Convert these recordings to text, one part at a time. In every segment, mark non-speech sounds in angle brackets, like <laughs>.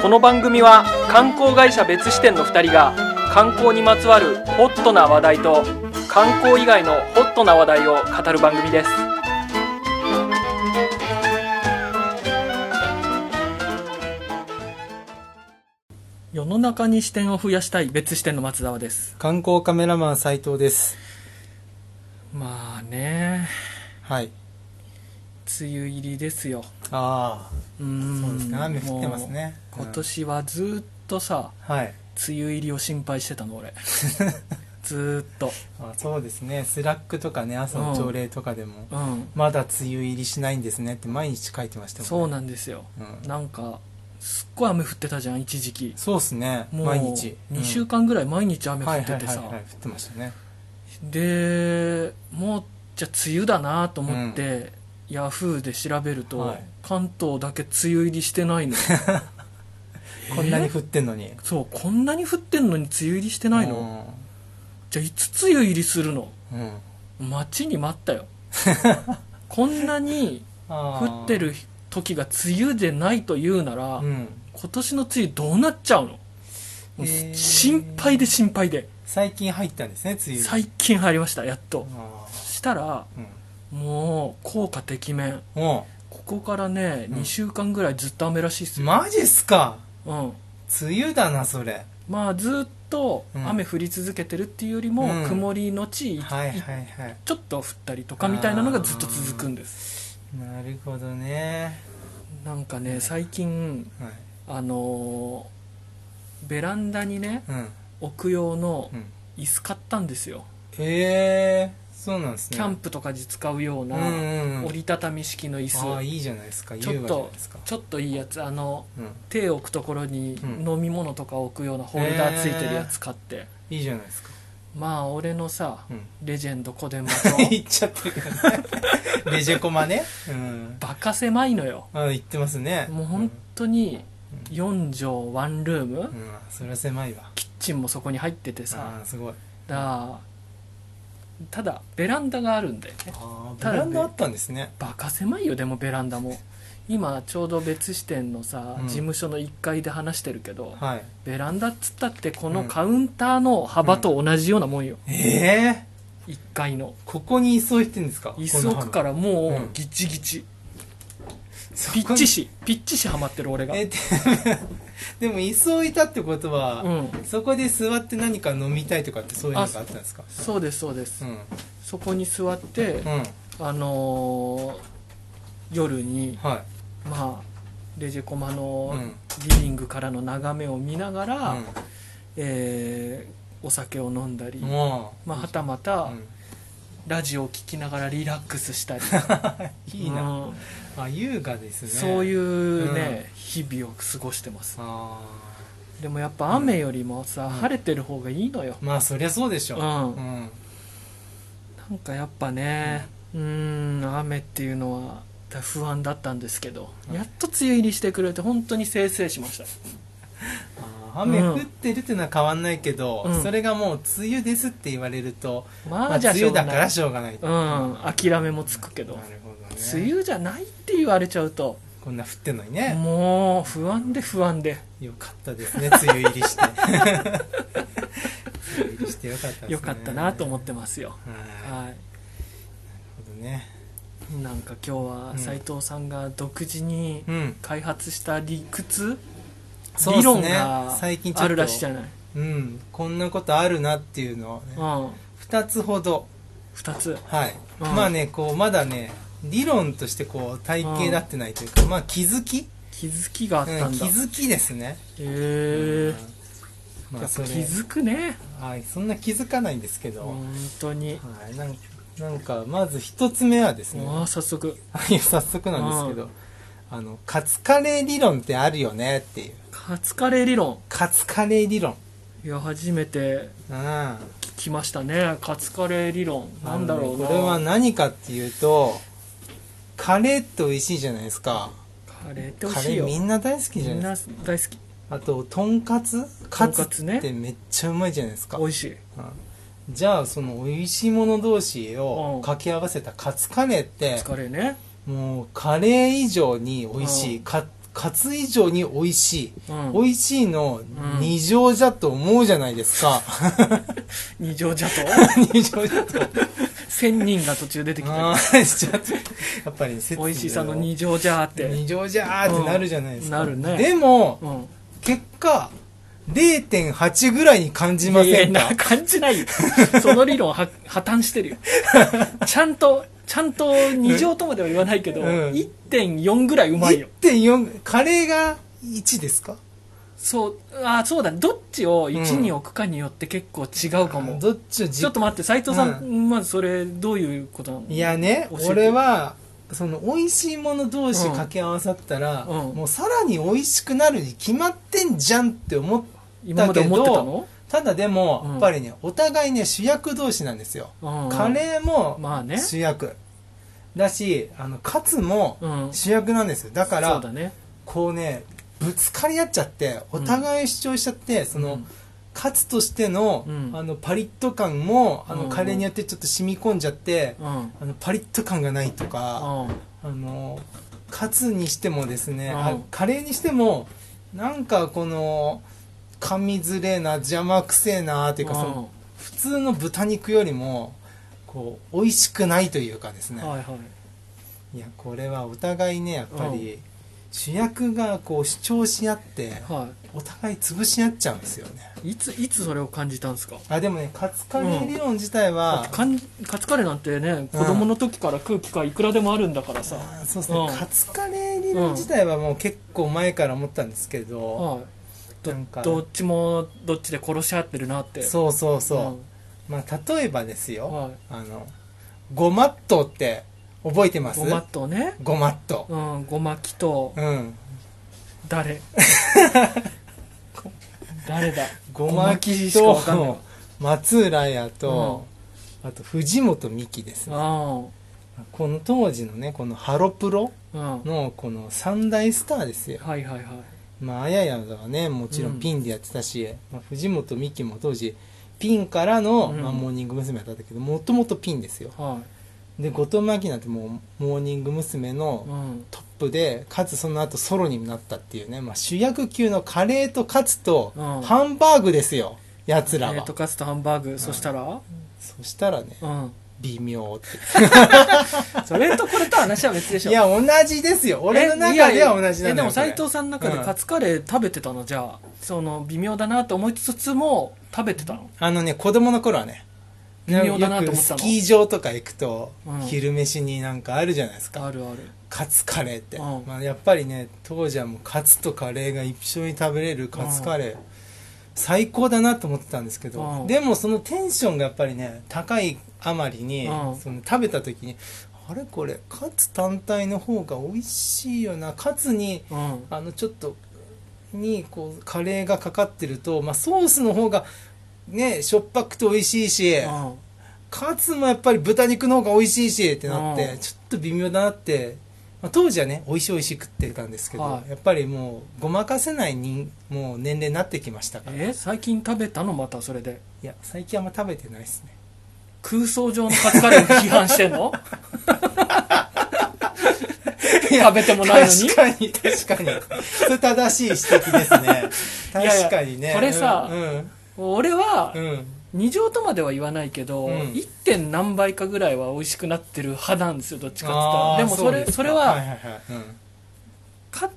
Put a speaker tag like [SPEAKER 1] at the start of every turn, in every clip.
[SPEAKER 1] この番組は観光会社別支店の2人が観光にまつわるホットな話題と観光以外のホットな話題を語る番組です世の中に視点を増やしたい別支店の松沢です
[SPEAKER 2] 観光カメラマン斉藤です
[SPEAKER 1] まあね
[SPEAKER 2] はい
[SPEAKER 1] 梅雨入りですよ
[SPEAKER 2] あ
[SPEAKER 1] う
[SPEAKER 2] あ
[SPEAKER 1] ん
[SPEAKER 2] そうですね雨降ってますね
[SPEAKER 1] もう今年はずっとさ、
[SPEAKER 2] うんはい
[SPEAKER 1] 梅雨入りを心配してたの
[SPEAKER 2] <laughs>
[SPEAKER 1] 俺ずーっと
[SPEAKER 2] あそうですねスラックとかね朝の朝礼とかでも、
[SPEAKER 1] うん
[SPEAKER 2] まだ梅雨入りしないんですねって毎日書いてました
[SPEAKER 1] そう
[SPEAKER 2] も
[SPEAKER 1] ん
[SPEAKER 2] ね
[SPEAKER 1] なんですよ
[SPEAKER 2] そう,、ん、
[SPEAKER 1] なんかすっごい雨降ってたじゃん一時期
[SPEAKER 2] そうっすね
[SPEAKER 1] もう
[SPEAKER 2] 毎日
[SPEAKER 1] 2週間ぐらい毎日雨降っててさ
[SPEAKER 2] はいはいはいはい、降ってましたね
[SPEAKER 1] でもうじゃあ梅雨だなと思って、ヤフーで調べると、
[SPEAKER 2] はい
[SPEAKER 1] 関東だけ梅雨入りしてない
[SPEAKER 2] <laughs>
[SPEAKER 1] のえー
[SPEAKER 2] こんなに降ってんのに
[SPEAKER 1] そうこんなに降ってんのに梅雨入りしてないの、じゃあいつ梅雨入りするの
[SPEAKER 2] うん、うん
[SPEAKER 1] 待ちに待
[SPEAKER 2] <laughs>
[SPEAKER 1] ったよこんなに
[SPEAKER 2] あー
[SPEAKER 1] 降ってる時が梅雨でないというなら、
[SPEAKER 2] うん
[SPEAKER 1] 今年の梅雨どうなっちゃうのもう
[SPEAKER 2] へー
[SPEAKER 1] 心配で心配で
[SPEAKER 2] 最近入ったんですね梅雨
[SPEAKER 1] 最近入りましたやっと
[SPEAKER 2] あ
[SPEAKER 1] したら
[SPEAKER 2] ー
[SPEAKER 1] もう効果てきめん
[SPEAKER 2] うんお
[SPEAKER 1] ここからね、
[SPEAKER 2] うん
[SPEAKER 1] 2週間ぐらいずっと雨らしいっすよ、
[SPEAKER 2] マジっすか
[SPEAKER 1] うん、
[SPEAKER 2] 梅雨だなそれ
[SPEAKER 1] まあずっと
[SPEAKER 2] うん
[SPEAKER 1] 雨降り続けてるっていうよりも、
[SPEAKER 2] うん
[SPEAKER 1] 曇りのち、
[SPEAKER 2] はい
[SPEAKER 1] い
[SPEAKER 2] はいはい
[SPEAKER 1] ちょっと降ったりとかみたいなのがずっと続くんです
[SPEAKER 2] なるほどね、
[SPEAKER 1] なんかね最近
[SPEAKER 2] はい、
[SPEAKER 1] あのーベランダにね
[SPEAKER 2] うん
[SPEAKER 1] 置く用の
[SPEAKER 2] うん
[SPEAKER 1] 椅子買ったんですよ、
[SPEAKER 2] へえそうなんですね
[SPEAKER 1] キャンプとかで使うような
[SPEAKER 2] うんうんうん
[SPEAKER 1] 折りたたみ式の椅
[SPEAKER 2] ああ
[SPEAKER 1] 子
[SPEAKER 2] いいじゃないですか
[SPEAKER 1] ちょっと
[SPEAKER 2] 優雅じゃないですか
[SPEAKER 1] ちょっといいやつあの
[SPEAKER 2] うん
[SPEAKER 1] 手を置くところに
[SPEAKER 2] うん
[SPEAKER 1] 飲み物とか置くようなホルダーついてるやつ買って、
[SPEAKER 2] いいじゃないですか
[SPEAKER 1] まあ俺のさ
[SPEAKER 2] うん <laughs>
[SPEAKER 1] レジェンド小伝馬
[SPEAKER 2] 言
[SPEAKER 1] と
[SPEAKER 2] っちゃってる
[SPEAKER 1] <laughs>
[SPEAKER 2] からねレジェコマねうん <laughs>
[SPEAKER 1] バカ狭いのよ
[SPEAKER 2] あ言ってますね
[SPEAKER 1] もう本当に4畳ワンルーム、
[SPEAKER 2] うん、うんそれは狭いわ
[SPEAKER 1] キッチンもそこに入ってて
[SPEAKER 2] あ
[SPEAKER 1] さ
[SPEAKER 2] あすごい
[SPEAKER 1] だからただベランダがあるんだよね
[SPEAKER 2] ああ
[SPEAKER 1] ただね
[SPEAKER 2] ベランダあったんですね
[SPEAKER 1] バカ狭いよでもベランダも今ちょうど別支店のさ、
[SPEAKER 2] うん
[SPEAKER 1] 事務所の1階で話してるけど、
[SPEAKER 2] はい
[SPEAKER 1] ベランダっつったってこの
[SPEAKER 2] うん
[SPEAKER 1] カウンターの幅と同じようなもんよ、
[SPEAKER 2] ええ
[SPEAKER 1] 1階の
[SPEAKER 2] ここに椅子置いてんですか
[SPEAKER 1] 椅子置くかららも
[SPEAKER 2] う
[SPEAKER 1] うんギチギチ、
[SPEAKER 2] そこ
[SPEAKER 1] ピ
[SPEAKER 2] に
[SPEAKER 1] ッチしピッチしハマってる俺が
[SPEAKER 2] えで <laughs> でも椅子置いたってことは、
[SPEAKER 1] うん
[SPEAKER 2] そこで座って何か飲みたいとかってそういうのがあったんですか
[SPEAKER 1] そうですそうです、
[SPEAKER 2] うんうん
[SPEAKER 1] そこに座って、あのー夜に
[SPEAKER 2] は
[SPEAKER 1] まあレジェコマ
[SPEAKER 2] い
[SPEAKER 1] の
[SPEAKER 2] うん
[SPEAKER 1] リビングからの眺めを見ながら、
[SPEAKER 2] うん
[SPEAKER 1] えーお酒を飲んだり、
[SPEAKER 2] もう
[SPEAKER 1] まあ、はたまた、
[SPEAKER 2] うん
[SPEAKER 1] ラジオを聴きながらリラックスしたり
[SPEAKER 2] いいな、
[SPEAKER 1] うん
[SPEAKER 2] あ優雅ですね
[SPEAKER 1] そういううね、日々を過ごしてます
[SPEAKER 2] あ
[SPEAKER 1] でもやっぱ雨よりもさ、晴れてる方がいいのよ
[SPEAKER 2] ーまあそりゃそうでしょ
[SPEAKER 1] うん
[SPEAKER 2] うん
[SPEAKER 1] なんかやっぱねうーん雨っていうのは不安だったんですけど
[SPEAKER 2] うん
[SPEAKER 1] やっと梅雨入りしてくれて本当にせいせいしました
[SPEAKER 2] あー雨降ってるっていうのは変わんないけど、
[SPEAKER 1] うん
[SPEAKER 2] それがもう梅雨ですって言われると、
[SPEAKER 1] ま
[SPEAKER 2] まあ
[SPEAKER 1] あじゃ
[SPEAKER 2] 梅
[SPEAKER 1] あしょ
[SPEAKER 2] 雨
[SPEAKER 1] うが
[SPEAKER 2] だか
[SPEAKER 1] な
[SPEAKER 2] ら
[SPEAKER 1] い
[SPEAKER 2] しょうがない、
[SPEAKER 1] う
[SPEAKER 2] なる
[SPEAKER 1] ん諦めもつくけど、
[SPEAKER 2] ほどね
[SPEAKER 1] 梅雨じゃないって言われちゃうと
[SPEAKER 2] こんな降ってんのにね、
[SPEAKER 1] もう不安で不安で
[SPEAKER 2] よかったですね梅雨入りして
[SPEAKER 1] <laughs>
[SPEAKER 2] 梅雨入りしてよかったですね
[SPEAKER 1] よかったなと思ってますよ
[SPEAKER 2] はいなる
[SPEAKER 1] はい
[SPEAKER 2] ほどね
[SPEAKER 1] なんか今日は斎藤さんが独自に
[SPEAKER 2] うん
[SPEAKER 1] 開発した理屈、
[SPEAKER 2] そう
[SPEAKER 1] 理
[SPEAKER 2] です
[SPEAKER 1] 論
[SPEAKER 2] ね
[SPEAKER 1] が
[SPEAKER 2] 最近ちょっと
[SPEAKER 1] あるらしいじゃない、
[SPEAKER 2] うんこんなことあるなっていうのを、ね
[SPEAKER 1] う、ん、
[SPEAKER 2] 2つほど
[SPEAKER 1] 2つ
[SPEAKER 2] はい、
[SPEAKER 1] うん
[SPEAKER 2] まあねこうまだね理論としてこう体系立ってないというか、まあ気づき、
[SPEAKER 1] 気づきがあっ
[SPEAKER 2] うん
[SPEAKER 1] たん
[SPEAKER 2] 気
[SPEAKER 1] だ、へ
[SPEAKER 2] づきですね、
[SPEAKER 1] え
[SPEAKER 2] うんま
[SPEAKER 1] や
[SPEAKER 2] あ
[SPEAKER 1] っ
[SPEAKER 2] そ
[SPEAKER 1] ぱ
[SPEAKER 2] れ
[SPEAKER 1] 気づくね
[SPEAKER 2] はい、そんな気づかないんですけど、
[SPEAKER 1] 本当に
[SPEAKER 2] はい、なんなんかまず一つ目はですね
[SPEAKER 1] もう早速
[SPEAKER 2] はい早速なんですけど、あのカツカレー理論ってあるよねっていう
[SPEAKER 1] カツカレー理論
[SPEAKER 2] カツカレー理論
[SPEAKER 1] いや初めて
[SPEAKER 2] うん
[SPEAKER 1] 聞きましたねカツカレー理論なんだろう
[SPEAKER 2] あのね
[SPEAKER 1] な
[SPEAKER 2] これは何かっていうとカレーって美味しいじゃないですか
[SPEAKER 1] カレーって美
[SPEAKER 2] カ
[SPEAKER 1] 味しい
[SPEAKER 2] レー
[SPEAKER 1] よ
[SPEAKER 2] みんな大好きじゃな
[SPEAKER 1] み
[SPEAKER 2] い
[SPEAKER 1] ん
[SPEAKER 2] ですか
[SPEAKER 1] な大好き
[SPEAKER 2] あととんかつ
[SPEAKER 1] と
[SPEAKER 2] カ
[SPEAKER 1] ん
[SPEAKER 2] ツ
[SPEAKER 1] か
[SPEAKER 2] っ
[SPEAKER 1] つね
[SPEAKER 2] てめっちゃうまいじゃないですか、
[SPEAKER 1] 美味しい
[SPEAKER 2] うんじゃあその美味しいもの同士
[SPEAKER 1] う
[SPEAKER 2] を
[SPEAKER 1] ん
[SPEAKER 2] 掛け合わせたカツカレーって
[SPEAKER 1] カツカレーね
[SPEAKER 2] もうカレー以上に美味しい
[SPEAKER 1] うん
[SPEAKER 2] カカツ以上に美味しい。
[SPEAKER 1] うん
[SPEAKER 2] 美味しいの二乗じゃと思うじゃないで
[SPEAKER 1] <laughs>
[SPEAKER 2] すか。
[SPEAKER 1] 二乗
[SPEAKER 2] <laughs>
[SPEAKER 1] じゃと
[SPEAKER 2] 二乗じゃ
[SPEAKER 1] <laughs>
[SPEAKER 2] と。
[SPEAKER 1] 千人が途中出てき
[SPEAKER 2] あ
[SPEAKER 1] た
[SPEAKER 2] あ、し <laughs> ちゃって。やっぱり説
[SPEAKER 1] 美味しさの
[SPEAKER 2] 二
[SPEAKER 1] 二乗じゃーって、
[SPEAKER 2] 二乗じゃーってなるじゃないですか。
[SPEAKER 1] うんなるね
[SPEAKER 2] でも、
[SPEAKER 1] うん、
[SPEAKER 2] 結果、0.8ぐらいに感じません
[SPEAKER 1] いやい
[SPEAKER 2] か
[SPEAKER 1] や感じ
[SPEAKER 2] <laughs>
[SPEAKER 1] ないよその理論は破綻してるよちゃんとちゃんと2乗とまでは言わないけど、
[SPEAKER 2] うん
[SPEAKER 1] 1.4ぐらいうまいよ
[SPEAKER 2] ?1.4、カレーが1ですか
[SPEAKER 1] そうあそうだどっちを1
[SPEAKER 2] うん
[SPEAKER 1] に置くかによって結構違うかも、
[SPEAKER 2] どっちを
[SPEAKER 1] ちょ
[SPEAKER 2] 実
[SPEAKER 1] っと待って斉藤さん、
[SPEAKER 2] う
[SPEAKER 1] まずそれどういうことなの
[SPEAKER 2] いやね
[SPEAKER 1] 教えて
[SPEAKER 2] 俺はその美味しいもの同士
[SPEAKER 1] うん
[SPEAKER 2] 掛け合わさったら、
[SPEAKER 1] うん
[SPEAKER 2] もうさらに美味しくなるに決まってんじゃんって思っ
[SPEAKER 1] 今まで思ってたの、
[SPEAKER 2] ただでも、
[SPEAKER 1] うん
[SPEAKER 2] やっぱりねお互いね主役同士なんですよ、
[SPEAKER 1] うん
[SPEAKER 2] カレーも
[SPEAKER 1] まあね
[SPEAKER 2] 主役、だしあのカツも
[SPEAKER 1] うん
[SPEAKER 2] 主役なんですよだから
[SPEAKER 1] そうだね
[SPEAKER 2] こうねぶつかり合っちゃってお互い主張しちゃって、その、
[SPEAKER 1] うん
[SPEAKER 2] カツとしての,、
[SPEAKER 1] うん
[SPEAKER 2] あのパリッと感もあ
[SPEAKER 1] う
[SPEAKER 2] の
[SPEAKER 1] ん
[SPEAKER 2] カレーによってちょっと染み込んじゃって、
[SPEAKER 1] うんうん
[SPEAKER 2] あのパリッと感がないとか、あのカツにしてもですね、
[SPEAKER 1] うん
[SPEAKER 2] あカレーにしてもなんかこの噛みづれえな邪魔くせえなっていうか、その普通の豚肉よりもこう美味しくないというかです
[SPEAKER 1] うん
[SPEAKER 2] ね、
[SPEAKER 1] はいはい
[SPEAKER 2] い、やこれはお互いねやっぱり主役がこう主張し合って
[SPEAKER 1] は
[SPEAKER 2] お互い潰し合っちゃうんですよね
[SPEAKER 1] いいついつそれを感じたんですか
[SPEAKER 2] あでもねカツカレー理論自体は、
[SPEAKER 1] カンカツカレーなんてね子供の時から空気がいくらでもあるんだからさ、
[SPEAKER 2] あーそうですね、
[SPEAKER 1] うん
[SPEAKER 2] カツカレー理論自体はもう結構前から思ったんですけど、
[SPEAKER 1] はいど
[SPEAKER 2] なんか
[SPEAKER 1] どっちもどっちで殺し合ってるなって
[SPEAKER 2] そうそう
[SPEAKER 1] う
[SPEAKER 2] そう、まあ例えばです
[SPEAKER 1] ん
[SPEAKER 2] よ、
[SPEAKER 1] はい
[SPEAKER 2] あのごまっとうって覚えてます
[SPEAKER 1] ごまとね
[SPEAKER 2] ごまっと
[SPEAKER 1] うんごまきと
[SPEAKER 2] ううん
[SPEAKER 1] 誰
[SPEAKER 2] <laughs>
[SPEAKER 1] 誰だ
[SPEAKER 2] ごま
[SPEAKER 1] ごま
[SPEAKER 2] き
[SPEAKER 1] きしか
[SPEAKER 2] と
[SPEAKER 1] わかんない
[SPEAKER 2] 松浦屋と、あと藤本美貴ですね
[SPEAKER 1] う
[SPEAKER 2] この当時のねこのハロプロ
[SPEAKER 1] んうん
[SPEAKER 2] のこの三大スターですよ
[SPEAKER 1] はいはいはい
[SPEAKER 2] まあ、あややはねもちろんピンでやってたし、まあ、藤本美貴も当時ピンからの、
[SPEAKER 1] うん
[SPEAKER 2] まあ、モーニング娘。だったけどもともとピンですよ
[SPEAKER 1] は
[SPEAKER 2] で後藤真希なんてもうモーニング娘。
[SPEAKER 1] い、う
[SPEAKER 2] の
[SPEAKER 1] ん、
[SPEAKER 2] トップでかつその後ソロになったっていうね、まあ、主役級のカレーとカツと
[SPEAKER 1] うん
[SPEAKER 2] ハンバーグですよ、やつらは、
[SPEAKER 1] えーとカツとハンバーグ、そしたら
[SPEAKER 2] そしたらね
[SPEAKER 1] うん
[SPEAKER 2] 微
[SPEAKER 1] <laughs>
[SPEAKER 2] 妙っ
[SPEAKER 1] それとこれと話は別でしてょ
[SPEAKER 2] いや同じですよ俺の
[SPEAKER 1] えいや
[SPEAKER 2] 中
[SPEAKER 1] い
[SPEAKER 2] では
[SPEAKER 1] や
[SPEAKER 2] 同じな
[SPEAKER 1] え
[SPEAKER 2] ん
[SPEAKER 1] で
[SPEAKER 2] だ
[SPEAKER 1] も
[SPEAKER 2] よこれ
[SPEAKER 1] 斉藤さんの中で
[SPEAKER 2] うん
[SPEAKER 1] カツカレー食べてたのじゃあその微妙だなと思いつつも食べてたの
[SPEAKER 2] あのね、子供の頃はね、
[SPEAKER 1] 微妙だなと思ったの
[SPEAKER 2] よくスキー場とか行くと、
[SPEAKER 1] うん
[SPEAKER 2] 昼飯になんかあるじゃないですか。
[SPEAKER 1] あるある
[SPEAKER 2] カツカレーって。
[SPEAKER 1] うん
[SPEAKER 2] まあ、やっぱりね、当時はもうカツとカレーが一緒に食べれるカツカレー、最高だなと思ってたんですけど、
[SPEAKER 1] うん
[SPEAKER 2] でもそのテンションがやっぱりね、高いあまりに、
[SPEAKER 1] うん
[SPEAKER 2] その食べた時に、あれこれ、カツ単体の方が美味しいよな。カツに、
[SPEAKER 1] うん
[SPEAKER 2] あのちょっとにこうカレーがかかってると、まあ、ソースの方がねしょっぱくて美味しいし、
[SPEAKER 1] うん
[SPEAKER 2] カツもやっぱり豚肉の方が美味しいしってなって、
[SPEAKER 1] うん
[SPEAKER 2] ちょっと微妙だなって、まあ、当時はね美味しい美味しい食ってたんですけど、
[SPEAKER 1] はい
[SPEAKER 2] やっぱりもうごまかせないにもう年齢になってきましたからい
[SPEAKER 1] え最近食べたのまたそれで
[SPEAKER 2] や最近あんま食べてないですね
[SPEAKER 1] 空想上のカツカレーを批判してん
[SPEAKER 2] <laughs>
[SPEAKER 1] の食べてもないのに
[SPEAKER 2] 確かに確かにそれ正しい指摘ですね
[SPEAKER 1] いやいや
[SPEAKER 2] 確かにね
[SPEAKER 1] これさ
[SPEAKER 2] うん
[SPEAKER 1] 俺は
[SPEAKER 2] うん、うん
[SPEAKER 1] 2乗とまでは言わないけど、
[SPEAKER 2] うん
[SPEAKER 1] 1. 点何倍かぐらいは美味しくなってる派なんですよどっちかって言った
[SPEAKER 2] あ
[SPEAKER 1] ら
[SPEAKER 2] ー
[SPEAKER 1] でもそうれ
[SPEAKER 2] すか
[SPEAKER 1] それは、
[SPEAKER 2] いはいはいうん
[SPEAKER 1] か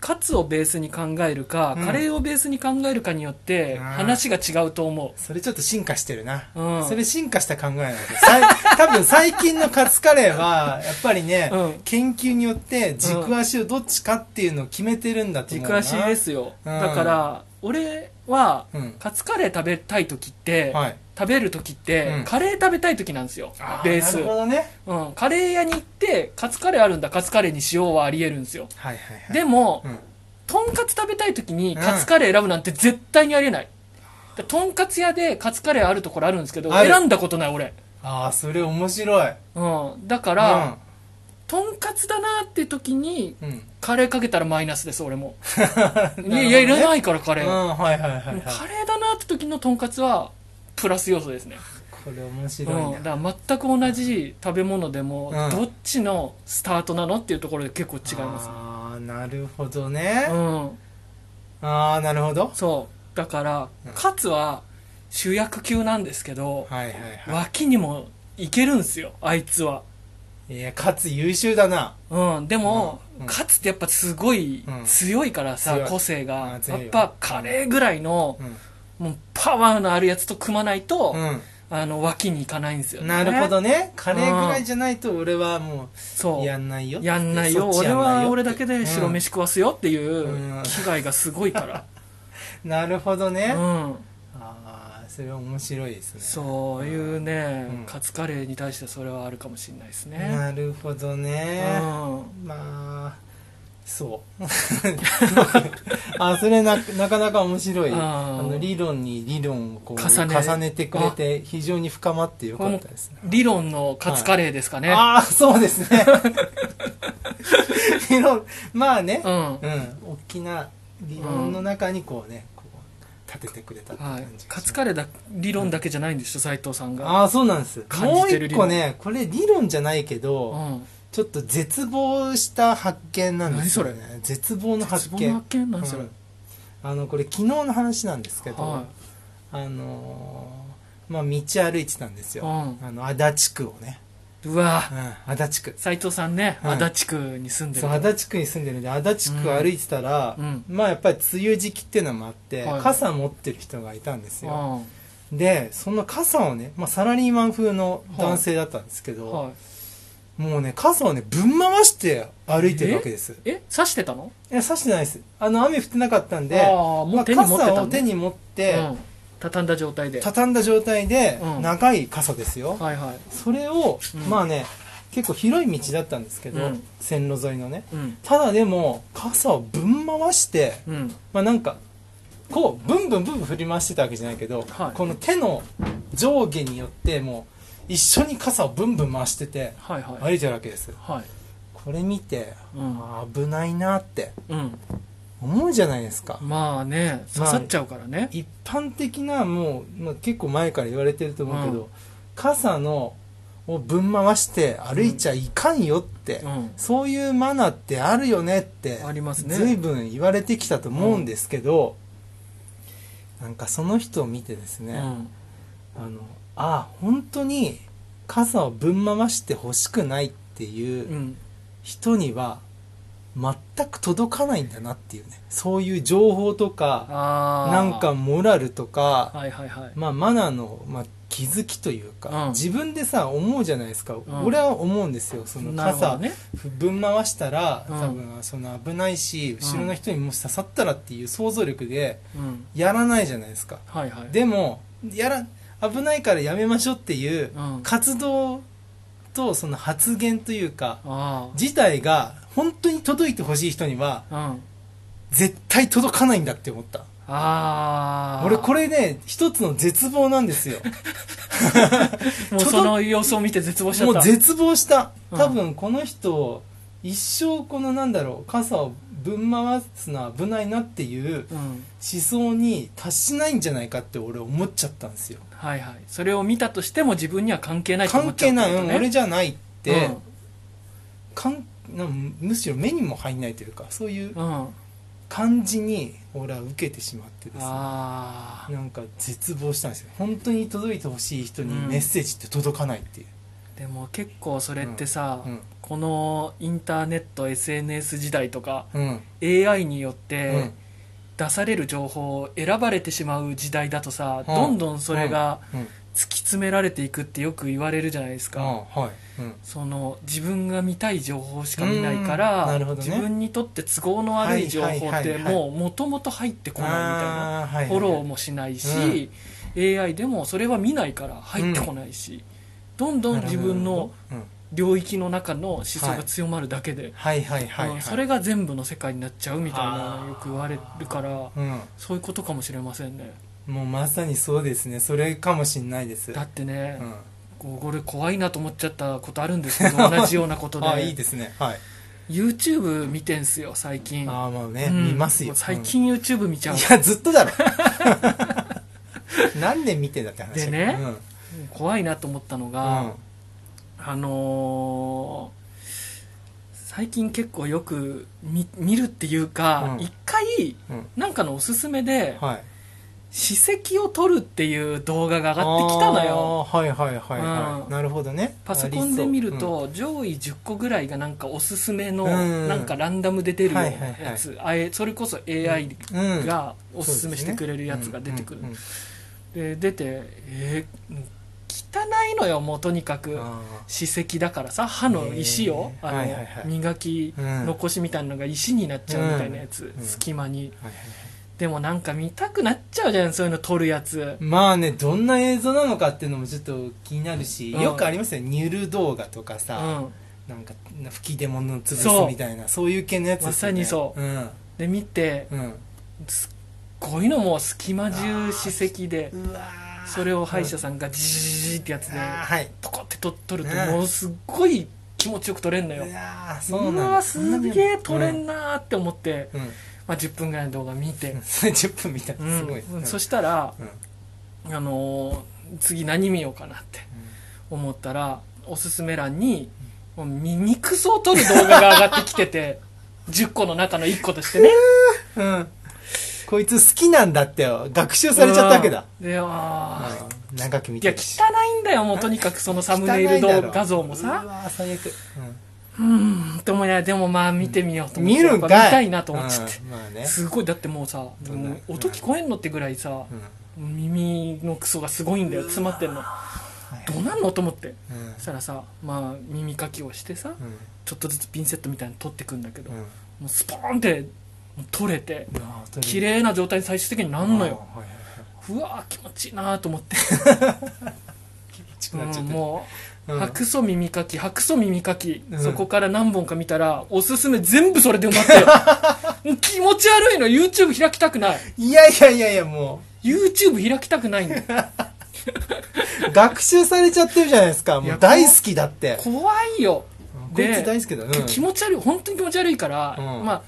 [SPEAKER 1] カツをベースに考えるか、
[SPEAKER 2] うん
[SPEAKER 1] カレーをベースに考えるかによって
[SPEAKER 2] うん
[SPEAKER 1] 話が違うと思
[SPEAKER 2] それちょっと進化してるな。
[SPEAKER 1] うん
[SPEAKER 2] それ進化した考えなんです。さい <laughs> 多分最近のカツカレーは、やっぱりね、
[SPEAKER 1] うん
[SPEAKER 2] 研究によって軸足をどっちかっていうのを決めてるんだ
[SPEAKER 1] う
[SPEAKER 2] と思う
[SPEAKER 1] 軸
[SPEAKER 2] な。
[SPEAKER 1] 足ですよ、
[SPEAKER 2] うん
[SPEAKER 1] だから俺は、
[SPEAKER 2] うん
[SPEAKER 1] カツカレー食べたい時って、
[SPEAKER 2] はい。
[SPEAKER 1] 食べる時って、
[SPEAKER 2] うん
[SPEAKER 1] カレー食べたい時なんですよ
[SPEAKER 2] あ
[SPEAKER 1] ベース
[SPEAKER 2] なるほどね。
[SPEAKER 1] うん、カレー屋に行ってカツカレーあるんだカツカレーにしようはありえるんですよ
[SPEAKER 2] はいはいはい。
[SPEAKER 1] でも、
[SPEAKER 2] うん、
[SPEAKER 1] とんかつ食べたい時に
[SPEAKER 2] うん
[SPEAKER 1] カツカレー選ぶなんて絶対にありえない、だからとんかつ屋でカツカレーあるところあるんですけど
[SPEAKER 2] ある
[SPEAKER 1] 選んだことない俺、
[SPEAKER 2] ああ、それ面白い。
[SPEAKER 1] うん、だから、とんかつだなって時に
[SPEAKER 2] うん。うん。
[SPEAKER 1] カレーかけたらマイナスです俺
[SPEAKER 2] <laughs>
[SPEAKER 1] も
[SPEAKER 2] ほ
[SPEAKER 1] い
[SPEAKER 2] ど
[SPEAKER 1] や
[SPEAKER 2] ね
[SPEAKER 1] いやいらないからカレ
[SPEAKER 2] う
[SPEAKER 1] ー、
[SPEAKER 2] ん、はいはいはい、はい。
[SPEAKER 1] カレーだなって時のとんかつはプラス要素ですね、
[SPEAKER 2] これ面
[SPEAKER 1] うん、
[SPEAKER 2] 白いな。
[SPEAKER 1] だから全く同じ食べ物でも
[SPEAKER 2] うん
[SPEAKER 1] どっちのスタートなのっていうところで結構違いますね
[SPEAKER 2] ああ、なるほどね、
[SPEAKER 1] うん
[SPEAKER 2] ああなるほど
[SPEAKER 1] そうだから
[SPEAKER 2] うん
[SPEAKER 1] カツは主役級なんですけど
[SPEAKER 2] はいはいは
[SPEAKER 1] 脇にもいけるんすよあいつはい
[SPEAKER 2] いや勝つ優秀だな
[SPEAKER 1] うん、でも、
[SPEAKER 2] うんうん
[SPEAKER 1] カツってやっぱすごい
[SPEAKER 2] うん
[SPEAKER 1] 強いからさ、
[SPEAKER 2] 強い
[SPEAKER 1] 個性
[SPEAKER 2] あ
[SPEAKER 1] が
[SPEAKER 2] ー
[SPEAKER 1] や
[SPEAKER 2] 強
[SPEAKER 1] っ
[SPEAKER 2] いよ
[SPEAKER 1] ぱカレーぐらいの
[SPEAKER 2] う、ん、
[SPEAKER 1] もうパワーのあるやつと組まないと、
[SPEAKER 2] うん
[SPEAKER 1] あの脇に行かないんですよね
[SPEAKER 2] なるほどねカレーぐらいじゃないと俺はも
[SPEAKER 1] そうう
[SPEAKER 2] やんないよ
[SPEAKER 1] やんないよ
[SPEAKER 2] そっち
[SPEAKER 1] 俺
[SPEAKER 2] やんない
[SPEAKER 1] は
[SPEAKER 2] よ
[SPEAKER 1] 俺だけで白飯食わすよっていう
[SPEAKER 2] うん
[SPEAKER 1] 危害がすごい
[SPEAKER 2] <laughs>
[SPEAKER 1] から
[SPEAKER 2] なるほど
[SPEAKER 1] う
[SPEAKER 2] ね、
[SPEAKER 1] ん、
[SPEAKER 2] ああそれは面白いですね
[SPEAKER 1] そういうね、
[SPEAKER 2] うん
[SPEAKER 1] カツカレーに対してそれはあるかもしれないですね、
[SPEAKER 2] なるほど
[SPEAKER 1] う
[SPEAKER 2] ね、
[SPEAKER 1] ん、
[SPEAKER 2] まあそう <laughs> あそれななかなか面白い
[SPEAKER 1] あ
[SPEAKER 2] あ
[SPEAKER 1] ー
[SPEAKER 2] の理論に理論をこう
[SPEAKER 1] 重
[SPEAKER 2] 重
[SPEAKER 1] ね
[SPEAKER 2] ねてくれて非常に深まってよかったですね
[SPEAKER 1] 理論のカツカレーですかね、
[SPEAKER 2] ああそうですね <laughs> 理論まあね
[SPEAKER 1] う、ん
[SPEAKER 2] うん大きな理論の中にこうねこう立ててくれたって感
[SPEAKER 1] は
[SPEAKER 2] じ
[SPEAKER 1] い
[SPEAKER 2] がします、、
[SPEAKER 1] カツカレーだ理論だけじゃないんでしょ斉藤さんが、
[SPEAKER 2] ああそうなんです
[SPEAKER 1] 感
[SPEAKER 2] も
[SPEAKER 1] じて
[SPEAKER 2] う
[SPEAKER 1] る理
[SPEAKER 2] 一
[SPEAKER 1] 論
[SPEAKER 2] 個ねこれ理論じゃないけど、
[SPEAKER 1] うん、
[SPEAKER 2] ちょっと絶望した発見なんですよ、ね、
[SPEAKER 1] 何
[SPEAKER 2] 絶望の発
[SPEAKER 1] 絶
[SPEAKER 2] 見
[SPEAKER 1] 望の発見なんそれ、
[SPEAKER 2] うんあのこれ昨日の話なんですけど、
[SPEAKER 1] は
[SPEAKER 2] あのーまあ道歩いてたんです
[SPEAKER 1] い、
[SPEAKER 2] よ、あの足立区をね、
[SPEAKER 1] うん、うわ
[SPEAKER 2] うん、足立区
[SPEAKER 1] 斉藤さんね、
[SPEAKER 2] うん
[SPEAKER 1] 足立区に住んでる
[SPEAKER 2] そう足立区に住んでるんで足立区歩いてたら、
[SPEAKER 1] うん
[SPEAKER 2] まあやっぱり梅雨時期っていうのもあって、
[SPEAKER 1] はい
[SPEAKER 2] 傘持ってる人がいたんですよ、
[SPEAKER 1] は
[SPEAKER 2] でその傘をね、まあ、サラリーマン風の男性だったんですけ
[SPEAKER 1] い
[SPEAKER 2] ど、
[SPEAKER 1] はい
[SPEAKER 2] もうね傘をねぶん回して歩いてるわけです
[SPEAKER 1] え刺してたの
[SPEAKER 2] いや差してないですあの雨降ってなかったんで
[SPEAKER 1] ああもう手に持ってた
[SPEAKER 2] ま
[SPEAKER 1] の
[SPEAKER 2] あ傘を手に持って、
[SPEAKER 1] うん、畳んだ状態では
[SPEAKER 2] 畳んだ状態で、
[SPEAKER 1] うん
[SPEAKER 2] 長い傘ですよ、
[SPEAKER 1] いはい
[SPEAKER 2] それを、
[SPEAKER 1] うん
[SPEAKER 2] まあね結構広い道だったんですけど、
[SPEAKER 1] うん
[SPEAKER 2] 線路沿いのね
[SPEAKER 1] うん
[SPEAKER 2] ただでも傘をぶん回して
[SPEAKER 1] うん
[SPEAKER 2] まあなんかこうブンブンブンブン振り回してたわけじゃないけど、
[SPEAKER 1] はい
[SPEAKER 2] この手の上下によってもう一緒に傘をブンブン回してて
[SPEAKER 1] はいはい
[SPEAKER 2] 歩いてるわけです
[SPEAKER 1] はい
[SPEAKER 2] これ見て、
[SPEAKER 1] うん
[SPEAKER 2] あー危ないなって
[SPEAKER 1] うん
[SPEAKER 2] 思うじゃないですか、
[SPEAKER 1] まあね刺さっちゃうからね、
[SPEAKER 2] 一般的なもう、まあ、結構前から言われてると思うけど、
[SPEAKER 1] うん
[SPEAKER 2] 傘のをぶん回して歩いちゃいかんよって、
[SPEAKER 1] うん
[SPEAKER 2] そういうマナーってあるよねって
[SPEAKER 1] ありますね
[SPEAKER 2] 随分言われてきたと思うんですけど、なんかその人を見てです
[SPEAKER 1] うん
[SPEAKER 2] ね、あのあ本当に傘をぶん回してほしくないっていううん人には全く届かないんだなっていうねそういう情報とか
[SPEAKER 1] ああ
[SPEAKER 2] なんかモラルとか
[SPEAKER 1] はいはいはい
[SPEAKER 2] まあ、マナーの、まあ、気づきというか、
[SPEAKER 1] うん
[SPEAKER 2] 自分でさ思うじゃないですか、
[SPEAKER 1] ん
[SPEAKER 2] 俺は思うんですよその
[SPEAKER 1] なるほ
[SPEAKER 2] 傘
[SPEAKER 1] どね
[SPEAKER 2] ぶん回したら、
[SPEAKER 1] うん
[SPEAKER 2] 多分その危ないし
[SPEAKER 1] ん
[SPEAKER 2] 後ろの人にもし刺さったらっていう想像力で
[SPEAKER 1] うん
[SPEAKER 2] やらないじゃないですか、
[SPEAKER 1] はいはい
[SPEAKER 2] でもやら危ないからやめましょうっていう
[SPEAKER 1] うん
[SPEAKER 2] 活動とその発言というか
[SPEAKER 1] あ
[SPEAKER 2] 自体が本当に届いてほしい人には
[SPEAKER 1] あうん
[SPEAKER 2] 絶対届かないんだって思った
[SPEAKER 1] ああ
[SPEAKER 2] 俺これね一つの絶望なんですよ
[SPEAKER 1] もうその様子を見て絶望しちゃった
[SPEAKER 2] もう絶望した
[SPEAKER 1] うん
[SPEAKER 2] 多分この人、一生このなんだろう傘をぶん回すのは危ないなっていう
[SPEAKER 1] うん
[SPEAKER 2] 思想に達しないんじゃないかって俺思っちゃったんですよ
[SPEAKER 1] はいはいそれを見たとしても自分には関係ないと思
[SPEAKER 2] 関
[SPEAKER 1] っちゃう
[SPEAKER 2] 係
[SPEAKER 1] ってこ
[SPEAKER 2] ない、
[SPEAKER 1] と
[SPEAKER 2] うん
[SPEAKER 1] ね
[SPEAKER 2] 俺じゃないって、
[SPEAKER 1] うん
[SPEAKER 2] かんなんむしろ目にも入んないというかそういう
[SPEAKER 1] うん、
[SPEAKER 2] 感じに俺は受けてしまってですね
[SPEAKER 1] ああ
[SPEAKER 2] なんか絶望したんですよ本当に届いてほしい人に
[SPEAKER 1] うん
[SPEAKER 2] メッセージって届かないっていう、
[SPEAKER 1] でも結構それってさ、
[SPEAKER 2] うん
[SPEAKER 1] このインターネット SNS 時代とか
[SPEAKER 2] うん
[SPEAKER 1] AI によっ
[SPEAKER 2] う
[SPEAKER 1] て
[SPEAKER 2] ん
[SPEAKER 1] 出される情報を選ばれてしまう時代だとさ、
[SPEAKER 2] うん
[SPEAKER 1] どんどんそれが
[SPEAKER 2] うん
[SPEAKER 1] 突き詰められていくってよく言われるじゃないです
[SPEAKER 2] あ
[SPEAKER 1] か、
[SPEAKER 2] あはい、うん
[SPEAKER 1] その自分が見たい情報しか見ないから、
[SPEAKER 2] うんなるほどね
[SPEAKER 1] 自分にとって都合の悪い情報
[SPEAKER 2] は
[SPEAKER 1] っ
[SPEAKER 2] いはい
[SPEAKER 1] て
[SPEAKER 2] はいはい
[SPEAKER 1] もうもともと入ってこないみたいな
[SPEAKER 2] あーはいはい
[SPEAKER 1] フォローもしないし、AI でもそれは見ないから入ってこないし、どんどん自分の、
[SPEAKER 2] うん
[SPEAKER 1] 領域の中の思想が強まるだけで、
[SPEAKER 2] はいはいはい、は
[SPEAKER 1] うん
[SPEAKER 2] い、
[SPEAKER 1] それが全部の世界になっちゃうみたいな
[SPEAKER 2] はあ
[SPEAKER 1] よく言われるから
[SPEAKER 2] うん
[SPEAKER 1] そういうことかもしれませんね
[SPEAKER 2] もうまさにそうですねそれかもしんないです
[SPEAKER 1] だってね
[SPEAKER 2] う、ん、
[SPEAKER 1] こうこれ怖いなと思っちゃったことあるんですけ
[SPEAKER 2] <laughs>
[SPEAKER 1] ど同じようなことで
[SPEAKER 2] あいいですねはい
[SPEAKER 1] YouTube 見てんすよ最近
[SPEAKER 2] ああまあね、
[SPEAKER 1] うん
[SPEAKER 2] 見ます
[SPEAKER 1] も
[SPEAKER 2] よ
[SPEAKER 1] う最、近 YouTube 見ち
[SPEAKER 2] う
[SPEAKER 1] ゃ
[SPEAKER 2] ん
[SPEAKER 1] う
[SPEAKER 2] いやずっとだろ <laughs> 何年見てんだって話
[SPEAKER 1] でね
[SPEAKER 2] うん
[SPEAKER 1] 怖いなと思ったのが、あのー最近結構よく見見るっていうか
[SPEAKER 2] うん
[SPEAKER 1] 一、回
[SPEAKER 2] うん
[SPEAKER 1] なんかのおすすめで
[SPEAKER 2] はい
[SPEAKER 1] 史跡を撮るっていう動画が上がってきたのよ
[SPEAKER 2] あーはいはいはいはい、
[SPEAKER 1] うん
[SPEAKER 2] なるほどね
[SPEAKER 1] パソコンで見る、と上位10個ぐらいがなんかおすすめの
[SPEAKER 2] うん
[SPEAKER 1] なんかランダムで出るような
[SPEAKER 2] はいはいはい
[SPEAKER 1] やつあえそれこそ AI
[SPEAKER 2] ありそううん、
[SPEAKER 1] がおすすめしてくれるやつが出てくる
[SPEAKER 2] うんうんうん
[SPEAKER 1] で出てえーもう汚いのよもうとにかく
[SPEAKER 2] あ
[SPEAKER 1] 歯石だからさ歯の石を
[SPEAKER 2] へー
[SPEAKER 1] あの、
[SPEAKER 2] はいはいはい
[SPEAKER 1] 磨き
[SPEAKER 2] うん
[SPEAKER 1] 残しみたいなのが石になっちゃうみたいなやつ、
[SPEAKER 2] うん
[SPEAKER 1] 隙間に
[SPEAKER 2] ーはいはいはい
[SPEAKER 1] でもなんか見たくなっちゃうじゃんそういうの撮るやつ
[SPEAKER 2] まあねどんな映像なのかっていうのもちょっと気になるし、
[SPEAKER 1] うん
[SPEAKER 2] よくありますよねニュル動画とか
[SPEAKER 1] う
[SPEAKER 2] さ、
[SPEAKER 1] ん
[SPEAKER 2] なんか吹き出物を潰す
[SPEAKER 1] そう
[SPEAKER 2] みたいなそういう系のやつですよね
[SPEAKER 1] まさにそ
[SPEAKER 2] うん
[SPEAKER 1] で見て
[SPEAKER 2] うん
[SPEAKER 1] すっごいのもう隙間中歯石で
[SPEAKER 2] うわ
[SPEAKER 1] それを歯医者さんがジジジジジってやつで
[SPEAKER 2] はい
[SPEAKER 1] ポコってと撮ると
[SPEAKER 2] ね
[SPEAKER 1] ものすっごい気持ちよく撮れんの
[SPEAKER 2] う
[SPEAKER 1] よ
[SPEAKER 2] わー
[SPEAKER 1] う
[SPEAKER 2] そうなんだ
[SPEAKER 1] わすげえ撮れ
[SPEAKER 2] うん
[SPEAKER 1] んなーって思って、
[SPEAKER 2] うん、 <laughs>
[SPEAKER 1] まあ、10分ぐらいの動画見て、
[SPEAKER 2] 10分みたいなすごい、
[SPEAKER 1] うんそ
[SPEAKER 2] し
[SPEAKER 1] したら、
[SPEAKER 2] うん
[SPEAKER 1] あのー次何見ようかなって思ったらおすすめ欄にもう醜そうを撮る動画が上がってきてて <laughs> 10個の中の1個としてね
[SPEAKER 2] うん、うんこいつ好きなんだってよ学習されちゃったわけだ、
[SPEAKER 1] であー
[SPEAKER 2] うん、長く見
[SPEAKER 1] いや
[SPEAKER 2] てるし
[SPEAKER 1] 汚いんだよもうとにかくそのサムネイル
[SPEAKER 2] 汚いだ
[SPEAKER 1] 動
[SPEAKER 2] ろ
[SPEAKER 1] 画像も
[SPEAKER 2] う
[SPEAKER 1] さ
[SPEAKER 2] わー最悪、うん
[SPEAKER 1] うーんと思いながらでもまあ見てみようと思っ
[SPEAKER 2] 見
[SPEAKER 1] て、
[SPEAKER 2] る
[SPEAKER 1] や
[SPEAKER 2] んか
[SPEAKER 1] っ
[SPEAKER 2] い
[SPEAKER 1] ぱ見たいなと思っちゃって、
[SPEAKER 2] うんまあね、
[SPEAKER 1] すごいだってもうさも
[SPEAKER 2] どんな
[SPEAKER 1] う音聞こえんのってぐらいさ
[SPEAKER 2] うんは
[SPEAKER 1] 耳のクソがすごいんだよ詰まってんの
[SPEAKER 2] い
[SPEAKER 1] どうなんのと思って
[SPEAKER 2] うん
[SPEAKER 1] そしたらさまあ耳かきをしてさ
[SPEAKER 2] う
[SPEAKER 1] ちょっとずつピンセットみたいに取ってくんだけど、
[SPEAKER 2] ん
[SPEAKER 1] も
[SPEAKER 2] うん
[SPEAKER 1] うスポーンってもう取れて
[SPEAKER 2] あー
[SPEAKER 1] 綺麗な状態に最終的にな
[SPEAKER 2] あ
[SPEAKER 1] んのよ
[SPEAKER 2] ーはいはいはいう
[SPEAKER 1] わー気持ちいいなーと思って、
[SPEAKER 2] ち
[SPEAKER 1] う
[SPEAKER 2] ょ <laughs> っとなっちゃ
[SPEAKER 1] ん
[SPEAKER 2] ってる
[SPEAKER 1] もう、
[SPEAKER 2] うん
[SPEAKER 1] 白素耳かき白素耳かき、
[SPEAKER 2] うん
[SPEAKER 1] そこから何本か見たらおすすめ全部それで埋まって
[SPEAKER 2] <laughs>
[SPEAKER 1] もう気持ち悪いの YouTube 開きたくない
[SPEAKER 2] いやいやいやいやも
[SPEAKER 1] YouTube 開きたくない
[SPEAKER 2] <laughs>
[SPEAKER 1] の
[SPEAKER 2] う学習されちゃってるじゃないですか
[SPEAKER 1] い
[SPEAKER 2] も
[SPEAKER 1] や
[SPEAKER 2] う大好きだってこ
[SPEAKER 1] 怖いよ、
[SPEAKER 2] い
[SPEAKER 1] で
[SPEAKER 2] つ大好きだうん
[SPEAKER 1] 気持ち悪い本当に気持ち悪いから、
[SPEAKER 2] うん
[SPEAKER 1] まあ